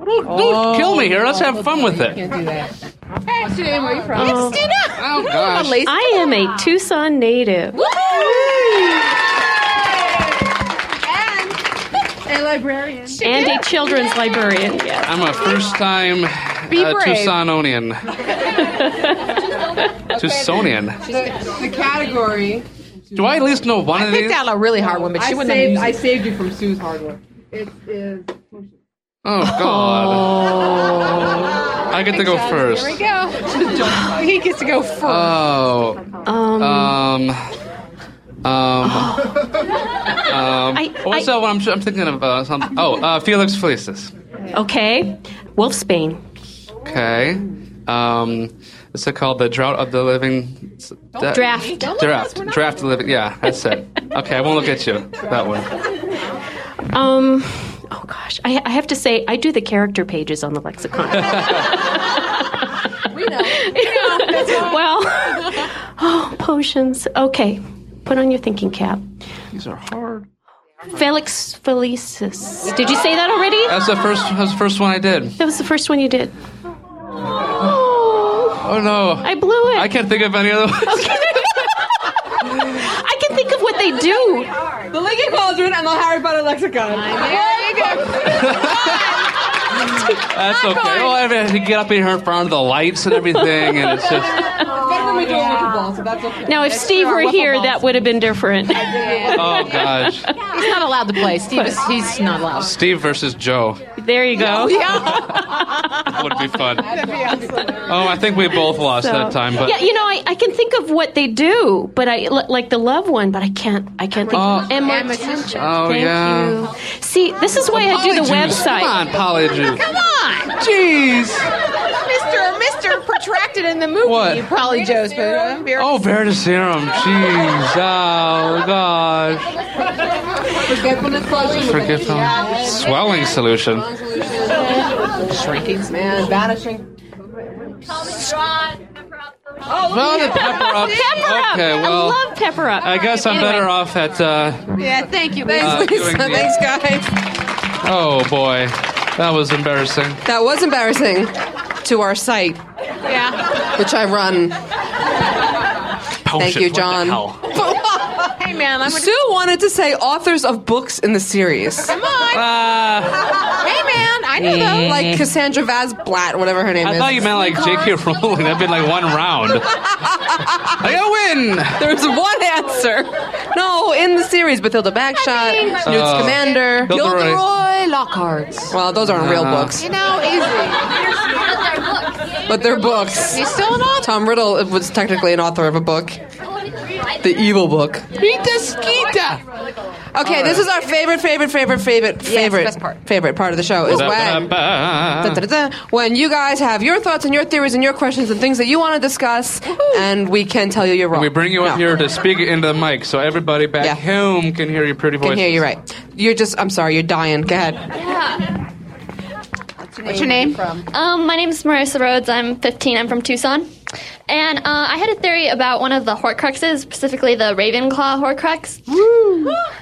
D: Don't,
Q: Oh,
D: don't kill me here. Let's have fun with it.
M: What's your name? Where are you from?
Q: Oh.
D: Oh gosh.
Q: I am a Tucson native.
M: A librarian.
Q: And a children's librarian, yes.
D: I'm a first time
Q: Be
D: uh,
Q: brave.
D: Tucsononian. Tucsonian.
M: The, the category.
D: Do I at least know one of these?
M: a really hard one,
D: but she
M: I
D: wouldn't have
M: saved,
D: used
M: I
D: it.
M: saved you from Sue's hard one. It is.
D: Oh
M: Oh.
D: god. I get to go first.
M: we go. he gets to go first.
D: Oh. Um. Um. Um.
Q: I-
D: what's
Q: I-
D: that one? I'm, I'm thinking of uh, something. Oh, uh, Felix Felicis.
Q: Okay. Wolfsbane.
D: Okay. Um, is it called the Drought of the Living?
Q: Don't Draft. look at me. Don't look at us,
D: Draft. Draft of the Living. Yeah, that's it. Okay, I won't look at you. That one.
Q: Um, oh gosh, I, I have to say, I do the character pages on the lexicon.
M: We know.
Q: well, oh, potions. Okay, put on your thinking cap.
D: These are hard.
Q: Felix Felicis. Did you say that already?
D: That's the first. That's the first one I did.
Q: That was the first one you did.
D: Oh no. I
Q: blew it.
D: I can't think of any other one.
Q: I can think of what they do.
M: The Lincoln Cauldron and the Harry Potter Lexicon.
Q: There you go.
D: That's okay. Well, I mean, you get up in here in front of the lights and everything, and it's just.
R: better when we do a wiffle ball, so that's okay.
Q: Now, if
R: Next
Q: Steve
R: year our
Q: were
R: wiffle
Q: here,
R: balls-
Q: that would have been different.
D: Oh gosh.
J: He's not allowed to play. Steve is, he's not allowed.
D: Steve versus Joe
Q: There you go.
D: would be fun. Oh, I think we both lost
Q: So-
D: that time, but
Q: yeah, you know, I, I can think of what they do, but I li- like the loved one, but I can't. I can't think. of and my attention.
D: Oh,
Q: Thank
D: yeah.
Q: you. See, this is why I do the
D: Polyjuice.
Q: website.
D: Come on, Polyjuice.
L: Come on.
D: Jeez.
L: Mr. Mr. Protracted in the movie.
D: What?
L: You probably Joe's but uh, Vera-
D: Oh, Veritaserum. Jeez. Oh gosh.
R: Forgetfulness solution.
D: Forgetful. Swelling solution.
R: Shrinking. Man, vanishing.
Q: Oh,
D: Well, the pepper up.
Q: Pepper up.
D: Okay, well.
Q: I love pepper up.
D: I guess I'm
Q: Anyway.
D: better off at. Uh,
L: Yeah, thank you.
D: Thanks, Uh, Lisa. doing the- Thanks,
E: guys.
D: oh boy, that was embarrassing.
E: That was embarrassing to our site,
L: Yeah.
E: which I run. Thank you, John.
L: hey man, I'm
E: Sue wanted to say authors of books in the series. Uh,
L: Come on. hey man, I know
D: Eh.
L: those.
E: Like Cassandra Vaz Blatt, whatever her name
D: I
E: is.
D: thought you meant like J.K. Rowling. That'd be like one round. I win.
E: There's one answer. No, in the series, Bathilda Bagshot, Newt's
D: Uh,
E: Commander,
D: Gilderoy.
E: Gilderoy
J: Lockhart.
E: Well, those aren't real
D: Uh.
E: books,
L: Uh-huh. You know, easy.
E: but they're books.
L: He's still an author.
E: Tom Riddle was technically an author of a book, the evil book.
L: Rita Skeeta.
E: Okay, this is our favorite, favorite, favorite, favorite, favorite
L: best part.
E: favorite part of the show Oh, is when da-da-da-da, when you guys have your thoughts and your theories and your questions and things that you want to discuss, and we can tell you you're wrong.
D: We bring you up
E: No.
D: here to speak into the mic so everybody back
E: Yeah.
D: home can hear your pretty voice.
E: Can hear you right. You're just. I'm sorry. You're dying. Go ahead.
L: What's your name?
H: Um, my name's Marissa Rhodes. I'm 15. I'm from Tucson. And uh, I had a theory about one of the Horcruxes, specifically the Ravenclaw Horcrux.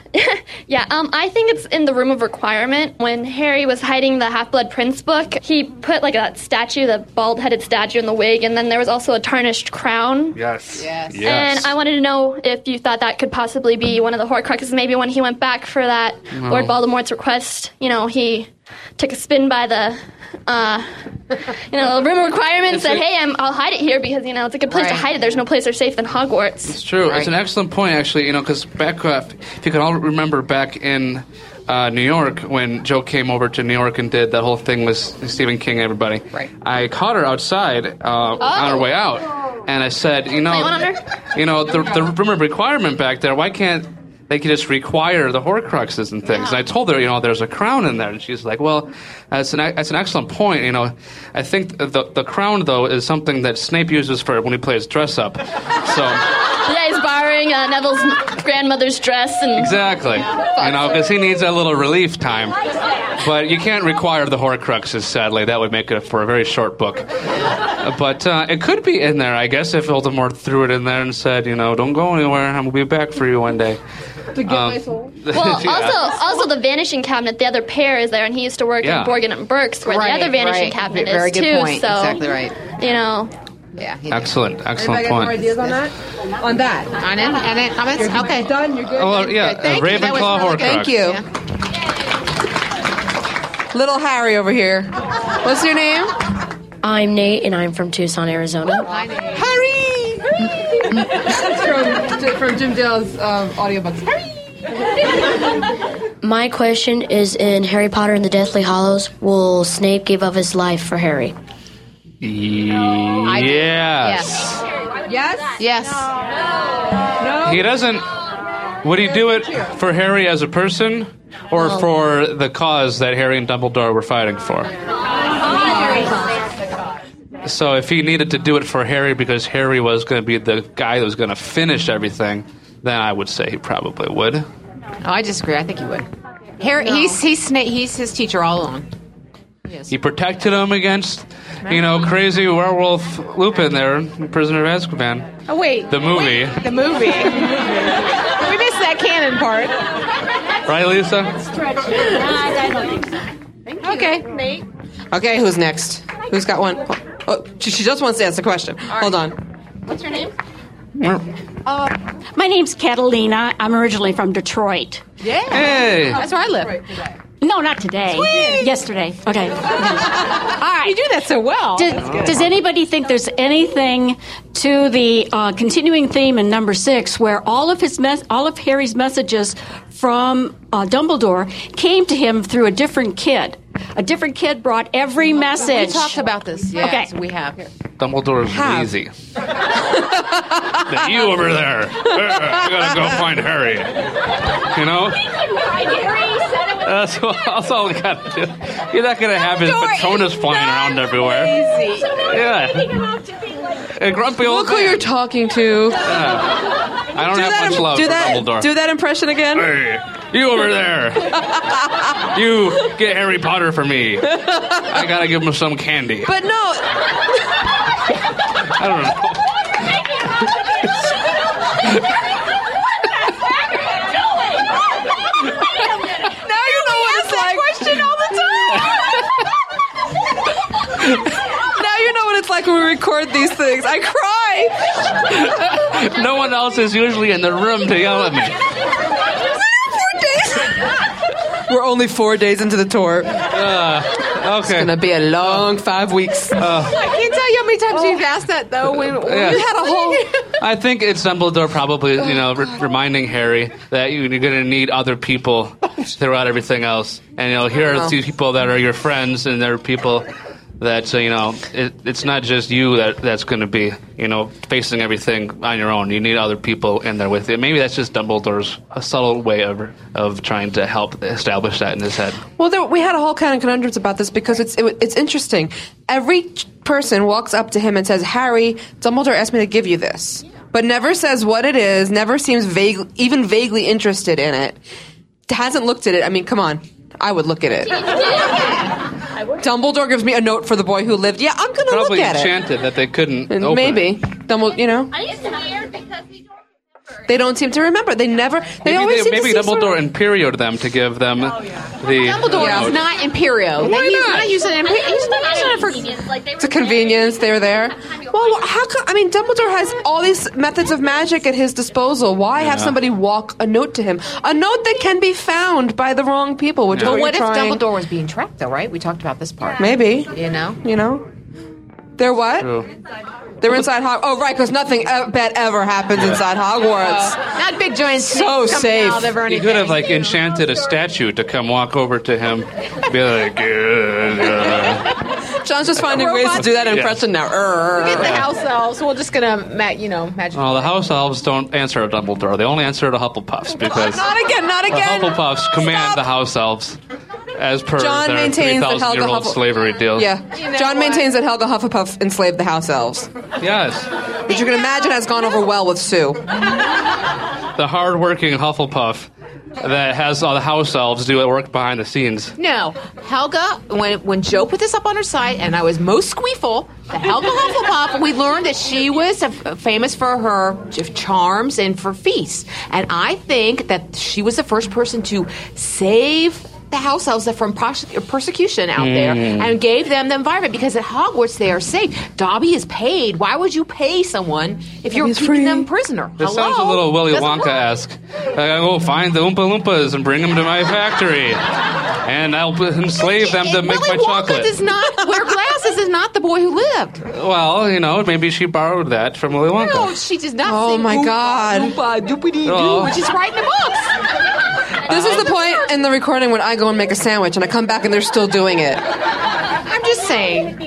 H: yeah, um, I think it's in the Room of Requirement. When Harry was hiding the Half Blood Prince book, he put like that statue, the bald headed statue in the wig, and then there was also a tarnished crown.
D: Yes. Yes.
H: And I wanted to know if you thought that could possibly be one of the Horcruxes. Maybe when he went back for that
D: No.
H: Lord Voldemort's request, you know, he took a spin by the, uh, you know, room requirement and said, "Hey, I'm, I'll hide it here because you know it's a good place to hide it. There's no place safe than Hogwarts."
D: It's true. It's an excellent point, actually. You know, because back uh, if you can all remember back in uh, New York when Joe came over to New York and did that whole thing with Stephen King, and everybody. Right. I caught her outside uh, on
E: Oh.
D: her way out, and I said, you know,
H: Wait, what on
D: you know, the, the room of requirement back there. Why can't they can just require the Horcruxes and things? And I told her, you know, there's a crown in there, and she's like, well, that's an that's an excellent point. You know, I think the the crown though is something that Snape uses for when he plays dress up. So.
H: Yeah, he's borrowing uh, Neville's grandmother's dress and
D: Exactly. You know, because he needs a little relief time. But you can't require the Horcruxes, sadly. That would make it for a very short book. But uh, it could be in there, I guess, if Voldemort threw it in there and said, you know, don't go anywhere. I'm going to be back for you one day.
R: To get
D: Um,
R: my soul.
H: Well,
D: Yeah.
H: also, also the vanishing cabinet. The other pair is there, and he used to work
D: Yeah.
H: in Borgin and Burke's, where
L: Right,
H: the other vanishing
L: right.
H: cabinet
L: Very
H: is
L: good
H: too.
L: point.
H: So,
L: Exactly right.
H: You know,
L: Yeah. he-
D: Excellent, excellent
R: Anybody got more
D: point.
R: ideas on that? On that.
L: On it, and it, comments? Okay.
R: Done. You're good.
D: Oh, well, yeah,
L: Good. Thank
D: uh,
L: you. That was
D: Ravenclaw
L: really
D: Horcrux.
L: good.
E: Thank you. Little Harry over here. What's your name?
S: I'm Nate, and I'm from Tucson, Arizona.
R: Hurry! from, from Jim Dale's um, audiobooks. Hurry!
S: My question is: In Harry Potter and the Deathly Hollows, will Snape give up his life for Harry?
D: Yes.
R: Yes?
L: Yes.
D: He doesn't. Would he do it for Harry as a person or for the cause that Harry and Dumbledore were fighting for? So if he needed to do it for Harry because Harry was going to be the guy that was going to finish everything, then I would say he probably would.
L: Oh, I disagree. I think he would. Harry, he's he's Sna- he's his teacher all along.
D: He protected him against, you know, crazy werewolf Lupin there, Prisoner of Azkaban,
L: Oh wait,
D: the movie,
L: the movie. we missed that canon part.
D: right, Lisa?
L: Okay.
E: Okay, who's next? Who's got one? Oh, she, she just wants to ask a question. Hold on.
L: What's your name?
O: Uh, My name's Catalina. I'm originally from Detroit.
L: Yeah.
D: Hey.
L: That's where I live.
O: No, not today. Yesterday. Okay. All right. You do that so well.
T: That's good.
O: does anybody think there's anything to the uh, continuing theme in number six, where all of his mes- all of Harry's messages from uh, Dumbledore came to him through a different kid? A different kid brought every message.
J: We talked about this. Yes,
O: okay.
J: we have.
D: Dumbledore's
O: How?
D: wheezy. Now, you over there. I gotta go find Harry. You know? That's, that's all we gotta do. You're not gonna have his
J: Dumbledore
D: patonas flying around everywhere. Yeah. And grumpy old
E: Look who you're talking to.
D: Yeah. I don't
E: do
D: have
E: that,
D: much love
E: do
D: for
E: that,
D: Dumbledore.
E: Do that impression again.
D: Hey, you over there. you get Harry Potter for me. I gotta give him some candy.
E: But no,
D: I don't know.
E: now you know what it's like. question all the time. now you know what it's like when we record these things. I cry.
D: no one else is usually in the room to yell at me.
E: We're only four days into the tour.
D: Uh, okay. Uh. It's
E: gonna be a long five weeks.
R: I can't tell you how many times you've asked that though. When
E: Oh,
D: Yeah.
R: you had a whole
D: I think it's Dumbledore probably, you know,
E: Oh,
D: re- reminding Harry that you, you're going to need other people throughout everything else. And, you know, here
E: Oh.
D: are these people that are your friends and they're people that, uh, you know, it, it's not just you that that's going to be, you know, facing everything on your own. You need other people in there with you. Maybe that's just Dumbledore's a subtle way of, of trying to help establish that in his head.
E: Well, there, we had a whole kind of conundrums about this because it's it, it's interesting. Every ch- person walks up to him and says, "Harry, Dumbledore asked me to give you this," but never says what it is. Never seems vague, even vaguely interested in it. Hasn't looked at it. I mean, come on, I would look at it. Dumbledore gives me a note for the boy who lived. Yeah, I'm gonna
D: Probably
E: look at it.
D: enchanted that they couldn't
E: And
D: open
E: maybe Dumbledore, you know, they don't seem to remember. They never. They
D: Maybe,
E: always
D: they-
E: seem
D: maybe
E: to see sort of-
D: Dumbledore imperioted them to give them the.
J: Dumbledore is not Imperio.
E: Why
J: he's not,
E: not?
J: using Imperio. He's not using it for
E: It's a convenience. They were there. Well, wh- how come? I mean, Dumbledore has all these methods of magic at his disposal. Why have
J: Yeah.
E: somebody walk a note to him? A note that can be found by the wrong people. Which is
J: But
E: you're
J: what if
E: trying-
J: Dumbledore was being tracked, though, right? We talked about this part.
E: Maybe.
J: You know?
E: You know. They're what? They're inside Hog. Oh, right, because nothing e- bad ever happens inside Hogwarts.
J: Not big giant
E: So
J: snakes coming
E: safe.
J: out of her
D: You could have like enchanted a statue to come walk over to him, be like, uh, uh,
E: John's just finding ways to do that
D: Yeah.
E: impression now. Err.
R: get the house elves. We're just gonna, ma- you know, magic.
D: "Oh, the house elves don't answer to Dumbledore. They only answer to Hufflepuffs because
R: Not again, not
E: Oh,
D: the
R: again.
D: Hufflepuffs command the house elves as per their
E: John
D: three
E: maintains that
D: thousand
E: Helga
D: year old
E: Huffle-
D: slavery deal."
E: Yeah. John maintains that Helga Hufflepuff enslaved the house elves,
D: Yes,
E: which you can imagine has gone over well with Sue.
D: the hardworking Hufflepuff that has all the house elves do work behind the scenes.
J: No, Helga. When when Joe put this up on her site, and I was most squeeful. That Helga Hufflepuff. We learned that she was a, famous for her j- charms and for feasts. And I think that she was the first person to save the house elves from prose- persecution out there
D: Hmm.
O: Mm.
J: and gave them the environment because at Hogwarts they are safe. Dobby is paid. Why would you pay someone if you're keeping them prisoner?
D: This
J: Hello?
D: sounds a little Willy
J: Doesn't
D: Wonka esque. I gotta go find the Oompa Loompas and bring them to my factory, and I'll enslave them to make my
J: Willy Wonka
D: chocolate.
J: does not wear glasses. Is not the boy who lived.
D: Well, you know, maybe she borrowed that from Willy Wonka.
J: No, she does not.
E: Oh
J: sing
E: my
J: Oompa
E: God.
J: Loompa doopity doo,
D: Oh.
J: which is right in the books.
E: This is the point in the recording when I go and make a sandwich and I come back and they're still doing it.
J: I'm just saying.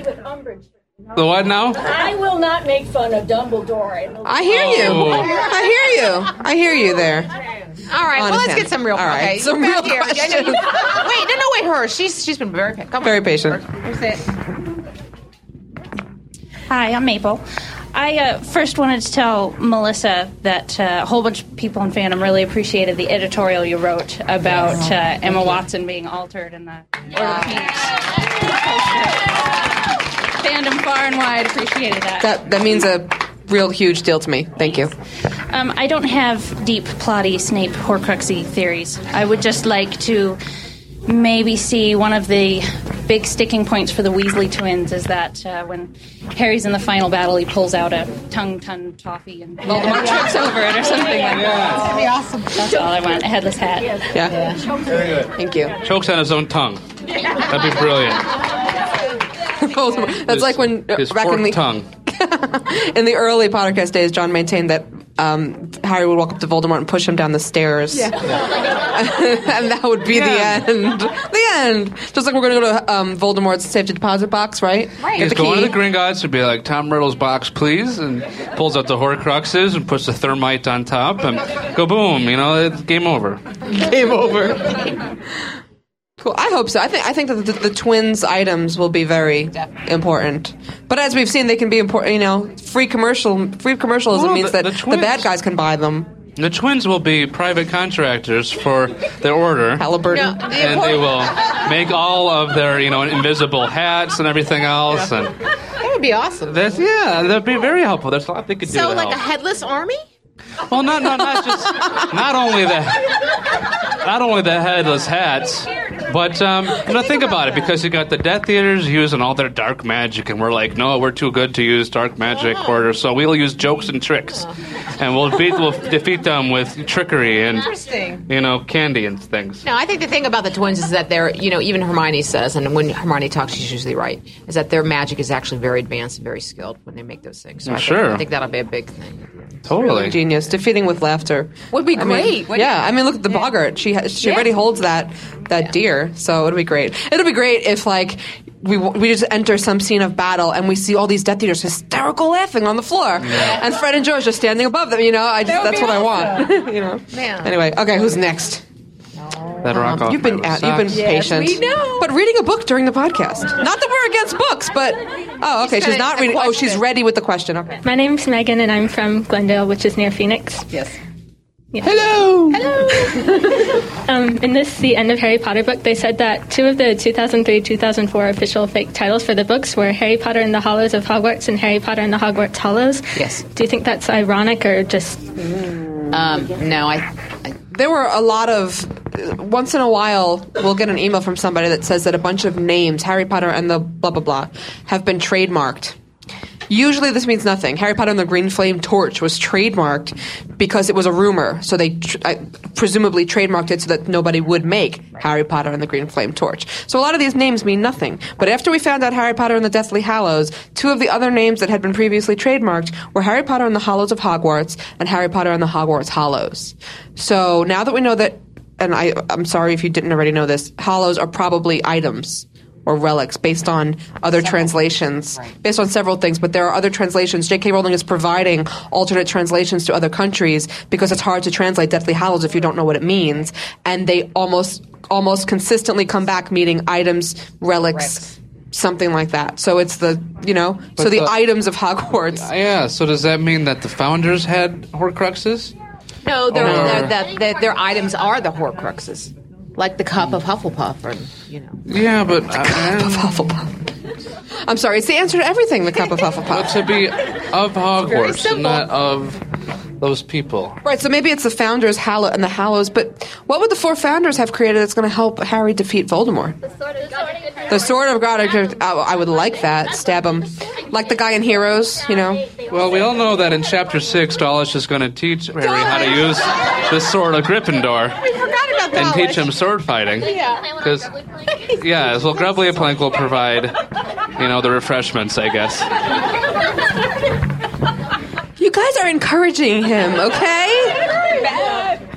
D: The what now?
U: I will not make fun of Dumbledore. and-
E: I hear you.
D: Oh.
E: I hear you. I hear you there.
J: All right, well, let's
E: Understand.
J: get some real.
E: All right,
J: okay,
E: some
J: you're
E: real
J: back here. Yeah, yeah, you- wait, no, no, wait, her. She's she's been very come on.
E: Very patient.
J: Where's it?
U: Hi, I'm Maple. I uh, first wanted to tell Melissa that uh, a whole bunch of people in fandom really appreciated the editorial you wrote about
O: Yes.
U: uh, Emma
O: Thank you.
U: Watson being altered in the Order of Phoenix. Fandom far and wide appreciated that.
E: That that means a real huge deal to me. Thank you.
U: Um, I don't have deep, plotty Snape Horcruxy theories. I would just like to maybe see one of the big sticking points for the Weasley twins is that uh, when Harry's in the final battle, he pulls out a tongue-ton toffee and Voldemort trips over it or something like that.
R: be awesome.
U: That's all I want. A headless hat.
D: Yeah. Very good.
E: Thank you.
D: Chokes on his own tongue. That'd be brilliant.
E: That's like when uh,
D: His
E: back in
D: forked
E: the
D: tongue.
E: in the early podcast days, John maintained that um, Harry would walk up to Voldemort and push him down the stairs. and that would be the end. The end. Just like we're going to go to um, Voldemort's safety deposit box, right? Get
D: He's
E: the
D: going
E: key.
D: to the Gringotts and be like, Tom Riddle's box, please, and pulls out the Horcruxes and puts the thermite on top, and go boom, you know, it's game over.
E: Game over. Cool. I hope so. I think I think that the, the twins' items will be very important. But as we've seen, they can be important. You know, free commercial. Free commercialism
D: Well,
E: means
D: the-
E: that
D: the
E: the
D: twins-
E: bad guys can buy them.
D: The twins will be private contractors for their order.
E: Halliburton.
J: No, the
D: and they will make all of their, you know, invisible hats and everything else. And
J: That would be awesome.
D: that's, yeah, that'd be very helpful. There's a lot they could do.
J: So,
D: to
J: like a
D: help.
J: headless army?
D: Well, not, not, not just. Not only the not only the headless hats, but um, you know, think about it because you got the Death Eaters using all their dark magic, and we're like, no, we're too good to use dark magic
J: Oh.
D: order, so we'll use jokes and tricks, and we'll beat we'll defeat them with trickery and
J: Interesting.
D: you know candy and things.
J: No, I think the thing about the twins is that they're, you know, even Hermione says, and when Hermione talks, she's usually right, is that their magic is actually very advanced and very skilled when they make those things. So
D: Oh,
J: I think-
D: sure.
J: I think that'll be a big thing.
D: Totally.
E: genius. Defeating with laughter.
J: Would be
E: I mean,
J: great. Would-
E: yeah, I mean, look at the Boggart. She ha- she
J: Yeah.
E: already holds that that deer, so it'll be great. It'll be great if like we w- we just enter some scene of battle and we see all these Death Eaters hysterical laughing on the floor, and Fred and George are standing above them. You know, I just, that's what I want. you know. Anyway, okay, who's next? Um,
D: That rock off.
E: You've been at, you've been patient. But reading a book during the podcast. Not that we're against books, but oh, okay, she's not reading. Oh, she's ready with the question. Okay.
T: My name's Megan, and I'm from Glendale, which is near Phoenix. Yes.
E: Hello.
T: Hello. um, in this, the end of Harry Potter book, they said that two of the 2003-2004 official fake titles for the books were Harry Potter and the Hollows of Hogwarts and Harry Potter and the Hogwarts Hollows.
J: Yes.
T: Do you think that's ironic or just?
J: Um, no, I
E: There were a lot of. Once in a while, we'll get an email from somebody that says that a bunch of names, Harry Potter and the blah blah blah, have been trademarked. Usually, this means nothing. Harry Potter and the Green Flame Torch was trademarked because it was a rumor, so they tr- I, presumably trademarked it so that nobody would make Harry Potter and the Green Flame Torch. So a lot of these names mean nothing. But after we found out Harry Potter and the Deathly Hallows, two of the other names that had been previously trademarked were Harry Potter and the Hollows of Hogwarts and Harry Potter and the Hogwarts Hollows. So now that we know that, and I, I'm sorry if you didn't already know this, Hollows are probably items or relics based on other translations, based on several things, but there are other translations. J.K. Rowling is providing alternate translations to other countries because it's hard to translate Deathly Hallows if you don't know what it means, and they almost almost consistently come back meaning items, relics, something like that. So it's the, you know,
D: But
E: so the,
D: the-
E: items of Hogwarts.
D: Yeah. So does that mean that the founders had Horcruxes?
J: No, they're,
D: Or-
J: they're, that- that their items are the Horcruxes, like the cup of Hufflepuff, or you know.
D: Yeah, but uh, cup of
E: Hufflepuff. I'm sorry, it's the answer to everything, the cup of Hufflepuff.
D: to be of
E: very
D: Hogwarts,
E: simple.
D: and not of those people.
E: Right, so maybe it's the founders hallow and the hallows, but what would the four founders have created that's going to help Harry defeat Voldemort? The sword of God. I I would like that. Stab him, like the guy in Heroes. You know.
D: Well, we all know that in chapter six, Dalish is going to teach Harry how to use the sword of Gryffindor
J: We forgot about
D: and teach him sword fighting. Because yeah, well, Grubbly and Plank will provide, you know, the refreshments, I guess.
E: You guys are encouraging him, okay?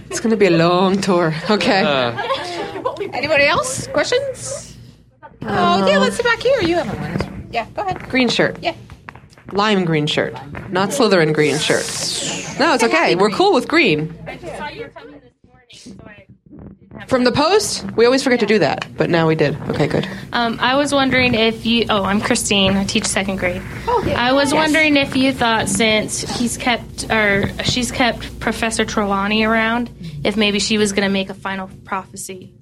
E: It's going to be a long tour, okay?
D: Uh,
J: Anybody else? Questions? oh, yeah, let's sit back here. You have one. Yeah, go ahead.
E: Green shirt.
J: Yeah.
E: Lime green shirt, not Slytherin green shirt. No, it's okay. We're cool with green. From the post, we always forget to do that, but now we did. Okay, good.
V: Um, I was wondering if you. Oh, I'm Christine. I teach second grade. Oh, yeah. I was
E: Yes.
V: wondering if you thought since he's kept or she's kept Professor Trelawney around, if maybe she was going to make a final prophecy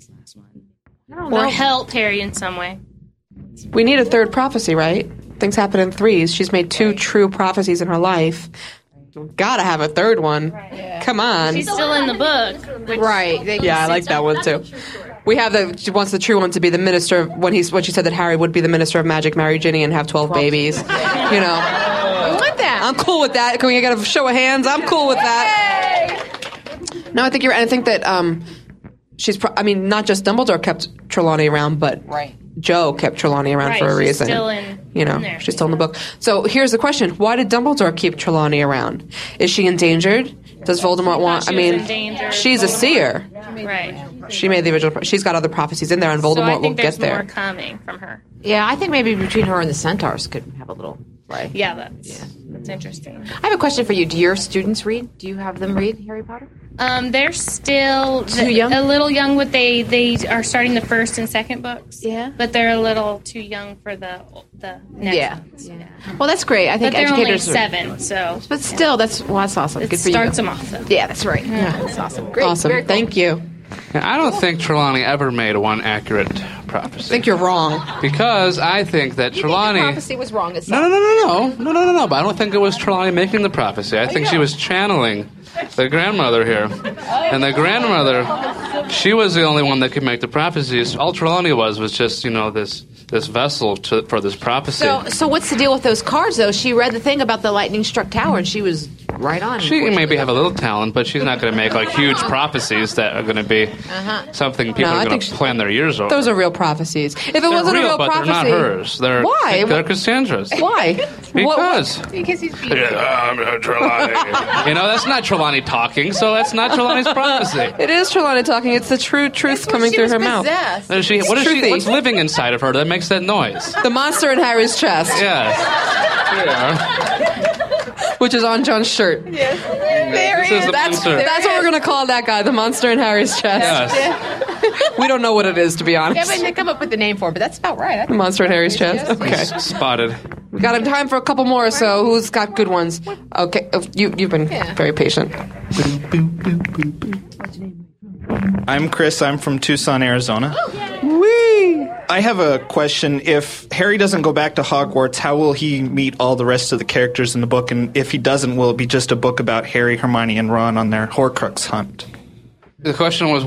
V: or help Harry in some way.
E: We need a third prophecy, right? Things happen in threes. She's made two true prophecies in her life. Gotta have a third one. Come on.
V: She's still in the book.
E: Yeah, I like that one too. We have the she wants the true one to be the minister of, when he's when she said that Harry would be the minister of magic, marry Ginny, and have twelve babies. You know, I
J: want that.
E: I'm cool with that. Can we get a show of hands? I'm cool with that. No, I think you're. I think that um, she's. Pro- I mean, not just Dumbledore kept Trelawney around, but
J: Right.
E: Joe kept Trelawney around
J: Right,
E: for a
J: she's
E: reason.
J: still in-
E: you know,
J: in there,
E: she's still in the book. So here's the question: Why did Dumbledore keep Trelawney around? Is she endangered? Does Voldemort want?
V: she
E: I
V: was
E: mean,
V: endangered.
E: she's a seer.
V: Right.
E: She made the original. She's got other prophecies in there, and Voldemort
V: so I think
E: will
V: there's
E: get
V: more
E: there.
V: coming from her.
J: Yeah, I think maybe between her and the centaurs could have a little play.
V: Yeah, that's that's interesting.
J: I have a question for you. Do your students read? Do you have them read Harry Potter?
V: Um, they're still too young. A little young, but they they are starting the first and second books. Yeah, but they're a little too young for the the next.
J: Yeah.
V: ones.
J: Well, that's great. I think
V: but they're
J: educators
V: only seven, so
J: But still, that's well, that's awesome.
V: It
J: Good for you.
V: starts them off, though.
J: Yeah, that's right. Yeah, that's awesome. Great.
E: awesome.
J: Very cool.
E: Thank you.
D: And I don't think Trelawney ever made one accurate prophecy. I
E: think you're wrong.
D: Because I think that Trelawney.
J: The prophecy was wrong. It's
D: No, no, no, no, no, no, no, no, no. But I don't think it was Trelawney making the prophecy. I think she was channeling the grandmother here, and the grandmother, she was the only one that could make the prophecies. All Trelawney was was just you know this this vessel to, for this prophecy.
J: So, so what's the deal with those cards, though? She read the thing about the lightning struck tower, and she was right on.
D: she maybe have a little talent, but she's not going to make like huge prophecies that are going to be something people
E: No, I
D: are going
E: think
D: to
E: she-
D: plan their years over.
E: Those are real prophecies. If it
D: They're
E: wasn't a real
D: but
E: prophecy,
D: they're not hers. They're
E: why?
D: They're Cassandra's.
E: Why?
D: Because.
R: Because he's
D: Yeah, I'm, uh, Trelawney. you know, that's not Trelawney talking, so that's not Trelawney's prophecy.
E: It is Trelawney talking. It's the true truth coming through her mouth.
D: No, she, what is she,
E: Truthy.
D: what's living inside of her that makes that noise?
E: The monster in Harry's chest,
D: Yes. Yeah.
E: which is on John's shirt.
D: There This is the
E: That's,
D: monster.
E: that's what we're going to call that guy, the monster in Harry's chest. we don't know what it is, to be
J: Yeah,
E: honest.
J: but they come up with the name for it, but that's about right. I
E: the
J: think.
E: monster in Harry's chest. Okay.
D: He's spotted.
E: We got time for a couple more, so who's got good ones? Okay, oh, you, you've been very patient.
W: I'm Chris. I'm from Tucson, Arizona.
E: Whee!
W: I have a question. If Harry doesn't go back to Hogwarts, how will he meet all the rest of the characters in the book? And if he doesn't, will it be just a book about Harry, Hermione, and Ron on their Horcrux hunt?
D: The question was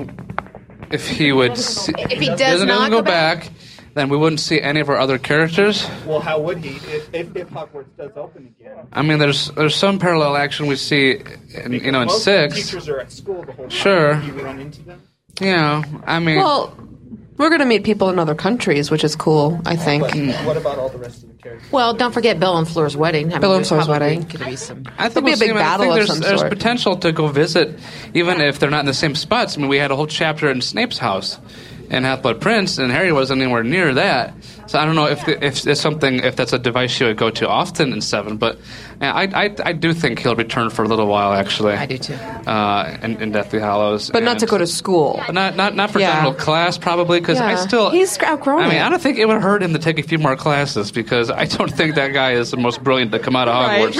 D: if he would. See,
W: If he does
D: doesn't
W: not
D: go
W: go
D: back, then we wouldn't see any of our other characters.
W: Well, how would he if, if, if Hogwarts does open again?
D: I mean, there's there's some parallel action we see, in, you know, in
W: Most
D: six.
W: teachers are at school the whole time.
D: Sure.
W: You run into them.
D: You know, I mean,
E: Well, we're going to meet people in other countries, which is cool, I think.
W: But what about all the rest of the characters?
J: Well, don't forget Bill and Fleur's wedding. I mean,
E: Bill and
J: there's
E: Fleur's
J: probably
E: wedding.
J: Could be some.
D: I
E: It'll be a
D: we'll see
E: big
D: him, and I
E: battle of
D: think
E: some
D: there's, there's
E: sort.
D: potential to go visit, even if they're not in the same spots. I mean, we had a whole chapter in Snape's house in Half-Blood Prince, and Harry wasn't anywhere near that. So I don't know if the, if it's something if that's a device you would go to often in Seven, but uh, I, I I do think he'll return for a little while actually. I do
J: too.
D: Uh, in, in Deathly Hollows,
E: But not
D: and-
E: to go to school.
D: But not not not for
E: Yeah.
D: general class probably because I
E: Yeah.
D: still
E: He's outgrown
D: I mean,
E: it.
D: I don't think it would hurt him to take a few more classes because I don't think that guy is the most brilliant to come out of
E: Right.
D: Hogwarts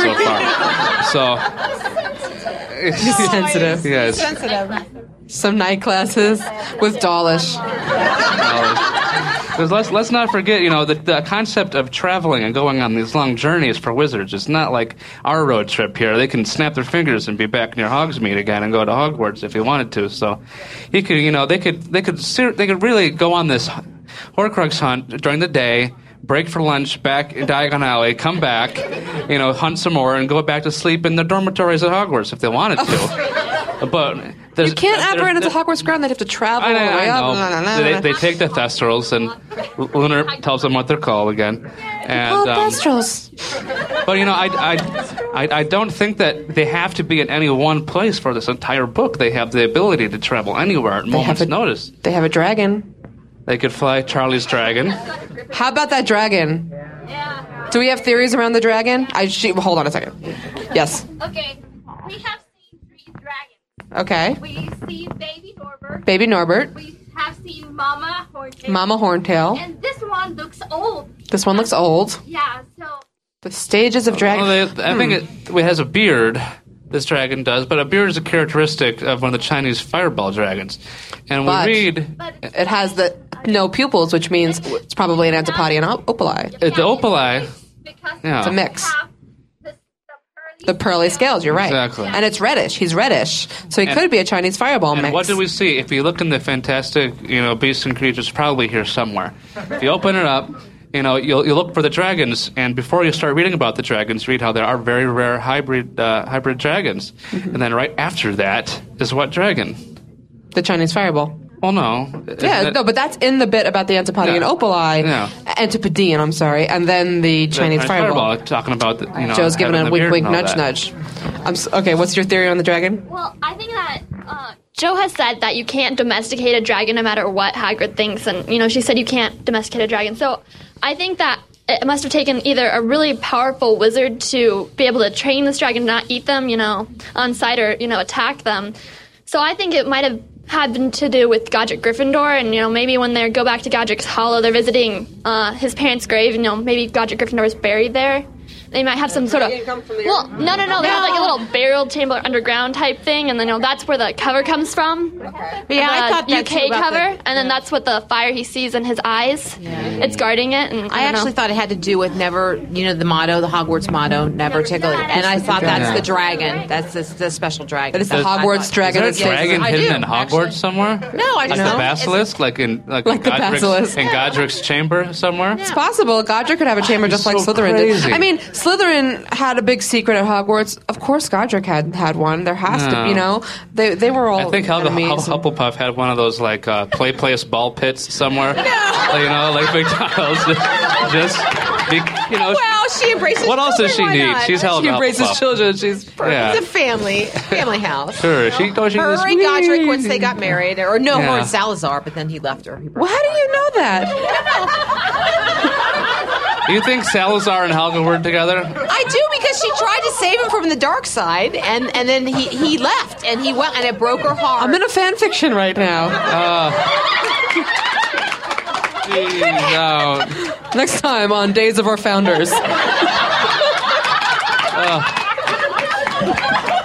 D: so far. So
E: He's sensitive.
D: Yes.
E: Some night classes with Dawlish.
D: Because let's let's not forget, you know, the, the concept of traveling and going on these long journeys for wizards. It's not like our road trip here. They can snap their fingers and be back near Hogsmeade again and go to Hogwarts if he wanted to. So he could, you know, they could they could ser- they could really go on this Horcrux hunt during the day. Break for lunch, back in Diagon Alley, come back, you know, hunt some more, and go back to sleep in the dormitories at Hogwarts if they wanted to. But there's,
E: You can't
D: there-
E: operate into
D: there-
E: Hogwarts ground. They'd have to travel all the
D: I
E: way up.
D: know.
E: No, no, no, no,
D: They,
E: no.
D: they take the Thestrals, and Lunar tells them what they're called again. And, um, but you know, I, I, I, I don't think that they have to be in any one place for this entire book. They have the ability to travel anywhere at moment's notice.
E: They have a dragon.
D: They could fly Charlie's dragon.
E: How about that dragon? Do we have theories around the dragon? I she, hold on a second. Yes.
F: Okay, we have seen three dragons.
E: Okay.
F: We see baby Norbert.
E: Baby Norbert.
F: We have seen Mama Horntail.
E: Mama Horntail.
F: And this one looks old.
E: This one looks old.
F: Yeah, so
E: The stages of dragon. Hmm.
D: Well, they, I think it, it has a beard. This dragon does, but a beard is a characteristic of one of the Chinese fireball dragons. And we
E: But-
D: read
E: It has the no pupils, which means it's probably an antipodi and op- opali.
D: uh, the opali.
E: It's a mix. the pearly scales. You're right.
D: Exactly.
E: And it's reddish. He's reddish, so he
D: And-
E: could be a Chinese fireball
D: And
E: mix.
D: what do we see? If you look in the fantastic, you know, beasts and creatures, probably here somewhere. If you open it up, you know, you'll, you'll look for the dragons, and before you start reading about the dragons, read how there are very rare hybrid uh, hybrid dragons,
E: Mm-hmm.
D: and then right after that is what dragon?
E: The Chinese fireball.
D: Well, no.
E: yeah, no, but that's in the bit about the Antipodian
D: Yeah.
E: opali,
D: Yeah.
E: Antipodean, I'm sorry, and then the Chinese fireball.
D: Talking about the, you know,
E: Joe's giving
D: having
E: a
D: the
E: wink,
D: beard
E: wink,
D: and all
E: nudge,
D: that.
E: nudge. I'm s- okay. What's your theory on the dragon?
H: Well, I think that uh, Joe has said that you can't domesticate a dragon no matter what Hagrid thinks, and you know she said you can't domesticate a dragon. So I think that it must have taken either a really powerful wizard to be able to train this dragon to not eat them, you know, on sight or you know attack them. So I think it might have had to do with Godric Gryffindor, and you know maybe when they go back to Godric's Hollow, they're visiting uh, his parents' grave, and you know maybe Godric Gryffindor is buried there. They might have some sort of well, no, no, no. They have like a little burial chamber underground type thing, and then you know, that's where the cover comes from.
J: Yeah, I
H: The
J: thought that
H: UK
J: too about
H: cover,
J: the-
H: and then that's what the fire he sees in his eyes. It's guarding it, and
J: I actually thought it had to do with never, you know, the motto, the Hogwarts motto, never tickle. And I thought that's the dragon. That's the, the special dragon.
D: Is- Is there a dragon
J: I
D: hidden
J: do,
D: in Hogwarts somewhere?
J: No, I
D: like
J: just
D: the
J: know.
D: basilisk, like in like,
E: Like the
D: Godric's,
E: basilisk.
D: in Godric's chamber somewhere.
E: It's possible. Godric could have a chamber just like Slytherin
D: crazy.
E: did. I mean, Slytherin had a big secret at Hogwarts. Of course, Godric had had one. There has to,
D: No.
E: you know, they they were all.
D: I think Helga
E: enemies.
D: Huff- Hufflepuff had one of those like uh, play place ball pits somewhere. Like, You know, like McDonald's. Just, be, you know.
J: Well, she embraces
D: What else does she
J: children, why
D: need?
J: not?
D: She's Helga
J: She embraces
D: Hufflepuff.
E: children. She's
D: yeah.
J: It's a family, family house.
D: Sure, she goes. She
J: Her
D: goes,
J: and Godric once they got married, or no, her
D: Yeah.
J: and Salazar, but then he left her. He broke
E: Well, how do you know that?
D: Do you think Salazar and Helga were together?
J: I do because she tried to save him from the dark side, and and then he he left, and he went, and it broke her heart.
E: I'm in a fan fiction right now.
D: Uh, geez, no.
E: Next time on Days of Our Founders.
D: Uh,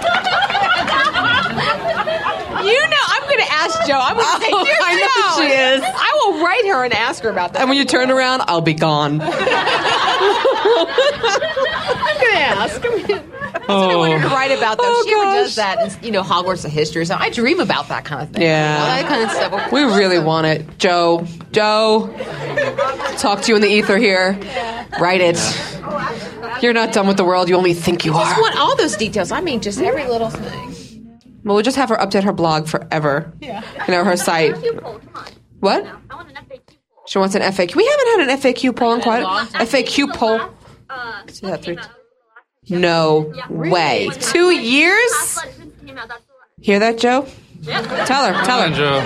J: You know, I'm going to ask Joe. I'm going to say,
E: Oh,
J: "Dear
E: I know
J: Joe,
E: she is.
J: I will write her and ask her about that.
E: and when you turn around, I'll be gone.
J: I'm going to ask. I'm gonna- I
D: Oh.
J: wanted to write about them.
E: Oh,
J: she ever does that, and, you know, Hogwarts of History or something. I dream about that kind of thing. All that kind of stuff.
E: We really want it. Joe, Joe, talk to you in the ether here. Write it. You're not done with the world. You only think you
J: I just
E: are.
J: want all those details. I mean, just every little thing.
E: Well, we'll just have her update her blog forever. Yeah. You know, her site. What? She wants an FAQ. We haven't had an FAQ poll in quite
F: Long time.
E: FAQ poll.
F: uh,
E: See that three- No way. Two years? Hear that, Joe? Tell her. Tell her.
D: Come on, Joe.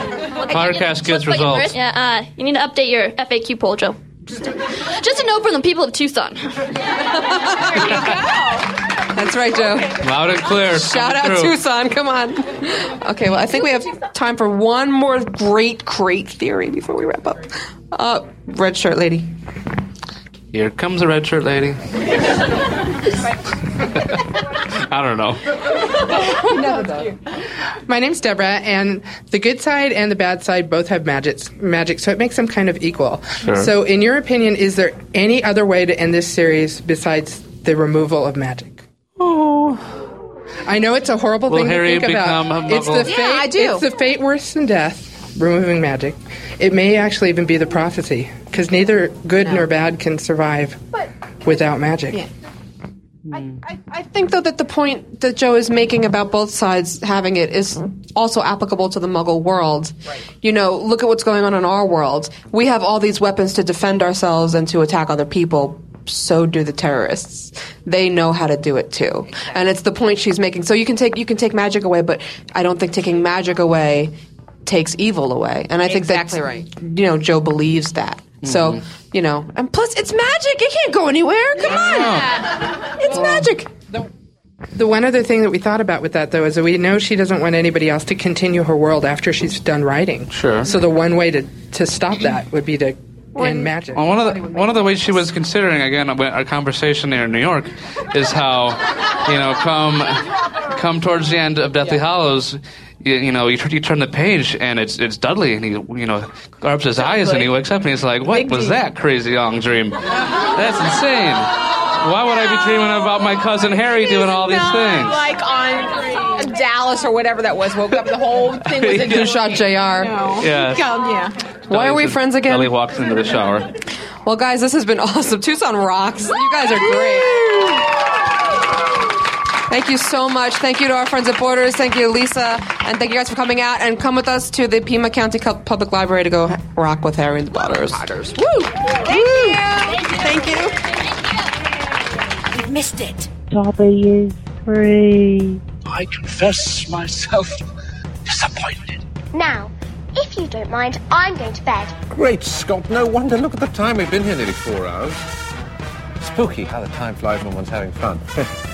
D: Podcast gets results.
H: Yeah, uh, you need to update your FAQ poll, Joe. Just a, just a note from the people of Tucson.
E: That's right, Joe.
D: Loud and clear.
E: Shout out
D: Coming through.
E: Tucson. Come on. Okay, well, I think we have time for one more great, great theory before we wrap up. Uh, red shirt lady.
D: Here comes the red shirt lady. I don't know.
R: My name's Deborah, and the good side and the bad side both have magics, magic, so it makes them kind of equal.
A: Sure.
R: So, in your opinion, is there any other way to end this series besides the removal of magic? Oh. I know it's a horrible
D: Will
R: thing
D: Harry
R: to think
D: become a
R: about. It's the
D: muggle?
R: fate.
D: Yeah, I do.
R: It's the fate worse than death. Removing magic, it may actually even be the prophecy, because neither good nor bad can survive without magic.
E: I think, though, that the point that Joe is making about both sides having it is also applicable to the muggle world. You know, look at what's going on in our world. We have all these weapons to defend ourselves and to attack other people. So do the terrorists. They know how to do it too, and it's the point she's making. So you can take you can take magic away, but I don't think taking magic away takes evil away. And I think
J: Exactly
E: that's
J: right.
E: You know, Joe believes that. So
J: Mhm.
E: you know, and plus it's magic. It can't go anywhere. Come on, it's magic.
R: The one other thing that we thought about with that, though, is that we know she doesn't want anybody else to continue her world after she's done writing.
D: Sure.
R: So the one way to, to stop that would be to end magic.
D: Well, one of the one of the ways she was considering again about our conversation there in New York is how you know come come towards the end of Deathly Hollows. You, you know, you, turn- you turn the page and it's it's Dudley, and he you know garbs his eyes and he wakes up and he's like, "What was that crazy long dream? That's insane."
X: Why would I be dreaming about my cousin Harry doing all these things?
J: Like on Dallas or whatever that was, woke up the whole thing was a
X: Two
Y: shot
J: JR. No.
X: Yes.
J: Come, yeah.
E: Why are we friends again?
X: Ellie walks into the shower.
E: Well, guys, this has been awesome. Tucson rocks. You guys are great. Thank you so much. Thank you to our friends at Borders. Thank you, Lisa. And thank you guys for coming out. And come with us to the Pima County Cul- Public Library to go h- rock with Harry and the Potters. Woo!
Y: Thank you.
M: We've missed it.
V: W three.
M: I confess myself disappointed.
S: Now, if you don't mind, I'm going to bed.
D: Great Scott, no wonder. Look at the time. We've been here nearly four hours. Spooky how the time flies when one's having fun.